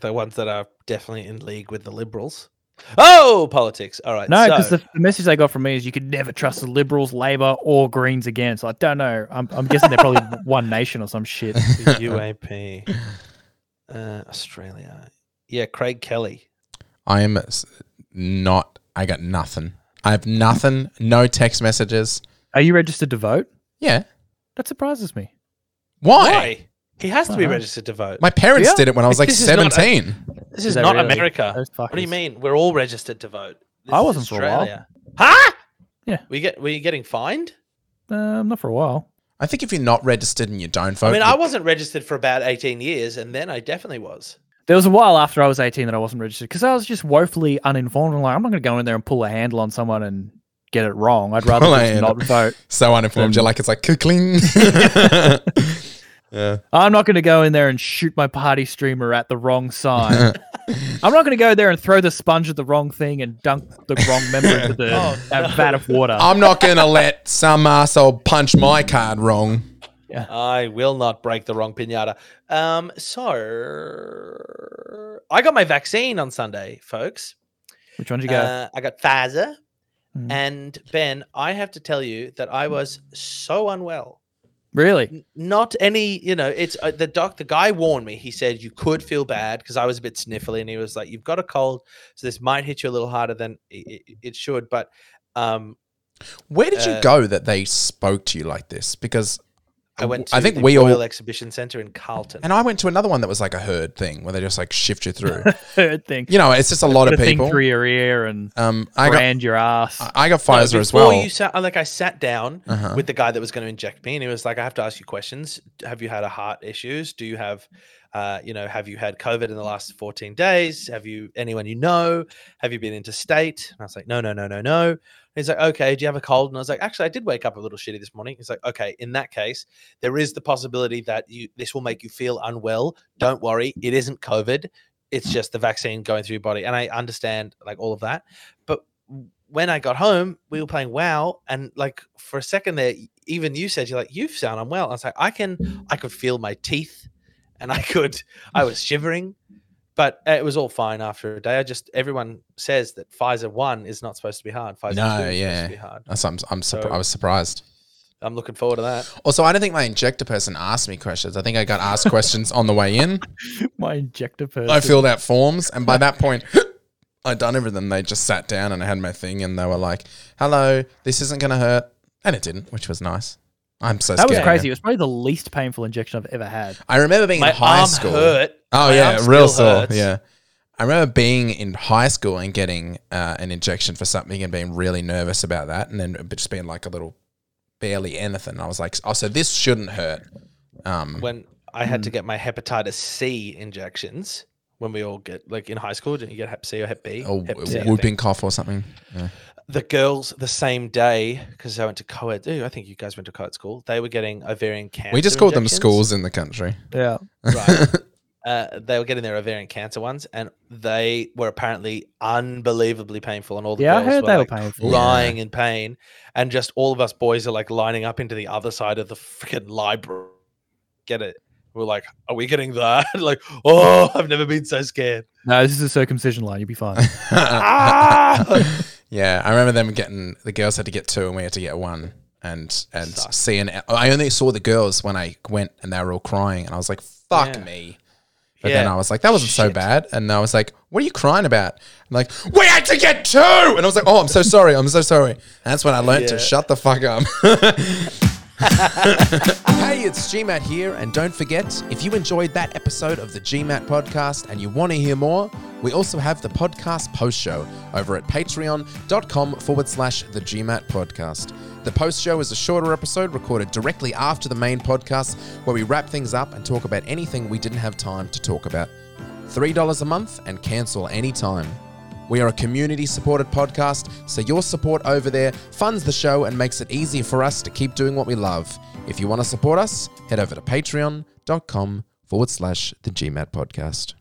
A: The ones that are definitely in league with the Liberals. Oh, politics. All right.
B: No,
A: so-
B: because the, the message they got from me is you could never trust the Liberals, Labor, or Greens again. So I don't know. I'm, I'm guessing they're probably one nation or some shit.
A: The UAP. Uh, Australia. Yeah, Craig Kelly.
C: I am s- not. I got nothing. I have nothing. No text messages.
B: Are you registered to vote?
C: Yeah.
B: That surprises me.
C: Why?
A: He has to be
B: Wow.
A: registered to vote.
C: My parents
B: Yeah.
C: did it when I was like
A: This is not a-
C: 17.
A: this is
B: They
A: not
B: really-
A: America.
B: those
A: What do you
B: fuckers.
A: mean? We're all registered to vote. This
B: I
A: is
B: wasn't for a while.
A: Australia. Huh?
B: Yeah.
A: We get were you getting fined?
B: Um, not for a while.
C: I think if you're not registered and you don't vote,
A: I mean,
C: you-
A: I wasn't registered for about 18 years and then I definitely was.
B: There was a while after I was 18 that I wasn't registered because I was just woefully uninformed. I'm like, I'm not going to go in there and pull a handle on someone and get it wrong. I'd rather
C: Pull a
B: just
C: handle.
B: not vote.
C: so uninformed. You're like, it's like cooking. yeah.
B: I'm not going to go in there and shoot my party streamer at the wrong sign. I'm not going to go there and throw the sponge at the wrong thing and dunk the wrong member into the
A: Oh,
B: that vat of water.
C: I'm not going to let some arsehole punch my card wrong.
A: I will not break the wrong pinata. Um, so I got my vaccine on Sunday, folks.
B: Which one did you go?
A: Uh, I got Pfizer.
C: Mm-hmm.
B: Mhm.
A: And Ben, I have to tell you that I was so unwell.
B: really?
A: N- Not any, you know, it's uh, the doc, the guy warned me. He said you could feel bad because I was a bit sniffly and he was like, you've got a cold. So this might hit you a little harder than it, it should. But um,
C: Where did you
A: Uh,
C: go that they spoke to you like this? Because
A: I went to
C: I think
A: the
C: we all-
A: Royal Exhibition Center in Carlton.
C: and I went to another one that was like a herd thing where they just like shift you through.
B: Third thing.
C: you know, it's just a lot
B: Put
C: of
B: a thing
C: people.
B: through your ear and
C: Um, I got
B: brand your ass.
C: I I got
A: No,
C: Pfizer as
A: before
C: well.
A: You sat, like I sat down
C: Uh-huh.
A: with the guy that was going to inject me, and he was like, "I have to ask you questions. Have you had a heart issues? Do you have, uh, you know, have you had COVID in the last fourteen days? Have you anyone you know? Have you been interstate?" And I was like, "No, no, no, no, no." He's like, "Okay, do you have a cold?" And I was like, "Actually, I did wake up a little shitty this morning." He's like, "Okay, in that case, there is the possibility that you this will make you feel unwell. Don't worry, it isn't COVID. It's just the vaccine going through your body." And I understand like all of that, but w- when I got home, we were playing WoW, and like for a second there, y- even you said you're like you sound unwell. I was like, I can, I could feel my teeth, and I could, I was shivering, but uh, it was all fine after a day. I just everyone says that Pfizer one is not supposed to be hard. Pfizer
C: No,
A: two is
C: yeah.
A: supposed to be hard.
C: That's- I'm, I'm surpri-
A: So-
C: I was surprised.
A: I'm looking forward to that.
C: Also, I don't think my injector person asked me questions. I think I got asked questions on the way in.
B: My injector person.
C: I filled out forms, and by that point, I'd done everything. They just sat down, and I had my thing, and they were like, "Hello, this isn't gonna hurt," and it didn't, which was nice. I'm so
B: that was
C: scared.
B: crazy. It was probably the least painful injection I've ever had.
C: I remember being
A: My
C: in high
A: arm
C: school.
A: hurt.
C: Oh
A: My
C: yeah,
A: arm
C: real
A: still
C: sore.
A: hurts.
C: Yeah, I remember being in high school and getting uh, an injection for something and being really nervous about that, and then it just being like a little, barely anything. And I was like, "Oh, so this shouldn't hurt." Um,
A: When I had to get my hepatitis C injections, when we all get like in high school, didn't you get Hep C or Hep B?
C: or
A: Hep
C: Oh, w-
A: C, I think.
C: whooping cough or something. Yeah.
A: the girls the same day because I went to co-ed. Ooh, I think you guys went to co-ed school. They were getting ovarian cancer.
C: We just called them
A: injections.
C: schools in the country.
B: Yeah.
A: Right. uh, they were getting their ovarian cancer ones, and they were apparently unbelievably painful. And all the
B: Yeah, I
A: girls
B: heard
A: were
B: they were
A: like,
B: painful.
A: lying in pain, and just all of us boys are like lining up into the other side of the freaking library. Get it? We're like, are we getting that? like, oh, I've never been so scared.
B: No, this is a circumcision line. You'll be fine.
C: Uh,
A: Ah!
C: yeah, I remember them getting the girls had to get two and we had to get one. And and
A: Sucks.
C: seeing, I only saw the girls when I went and they were all crying, and I was like, "Fuck
A: Yeah.
C: me." But then
A: Yeah.
C: I was like, "That wasn't so
A: Shit.
C: bad," and I was like, "What are you crying about?" And like, "We had to get two! and I was like, "Oh, I'm so sorry. I'm so sorry." And that's when I learned to
A: Yeah.
C: shut the fuck up. Hey, it's GMAT here, and don't forget if you enjoyed that episode of the GMAT podcast and you want to hear more, we also have the podcast post show over at patreon.com forward slash the GMAT podcast. The post show is a shorter episode recorded directly after the main podcast where we wrap things up and talk about anything we didn't have time to talk about. $3 a month and cancel any time. We are a community supported podcast, so your support over there funds the show and makes it easier for us to keep doing what we love. If you want to support us, head over to patreon.com forward slash the GMAT podcast.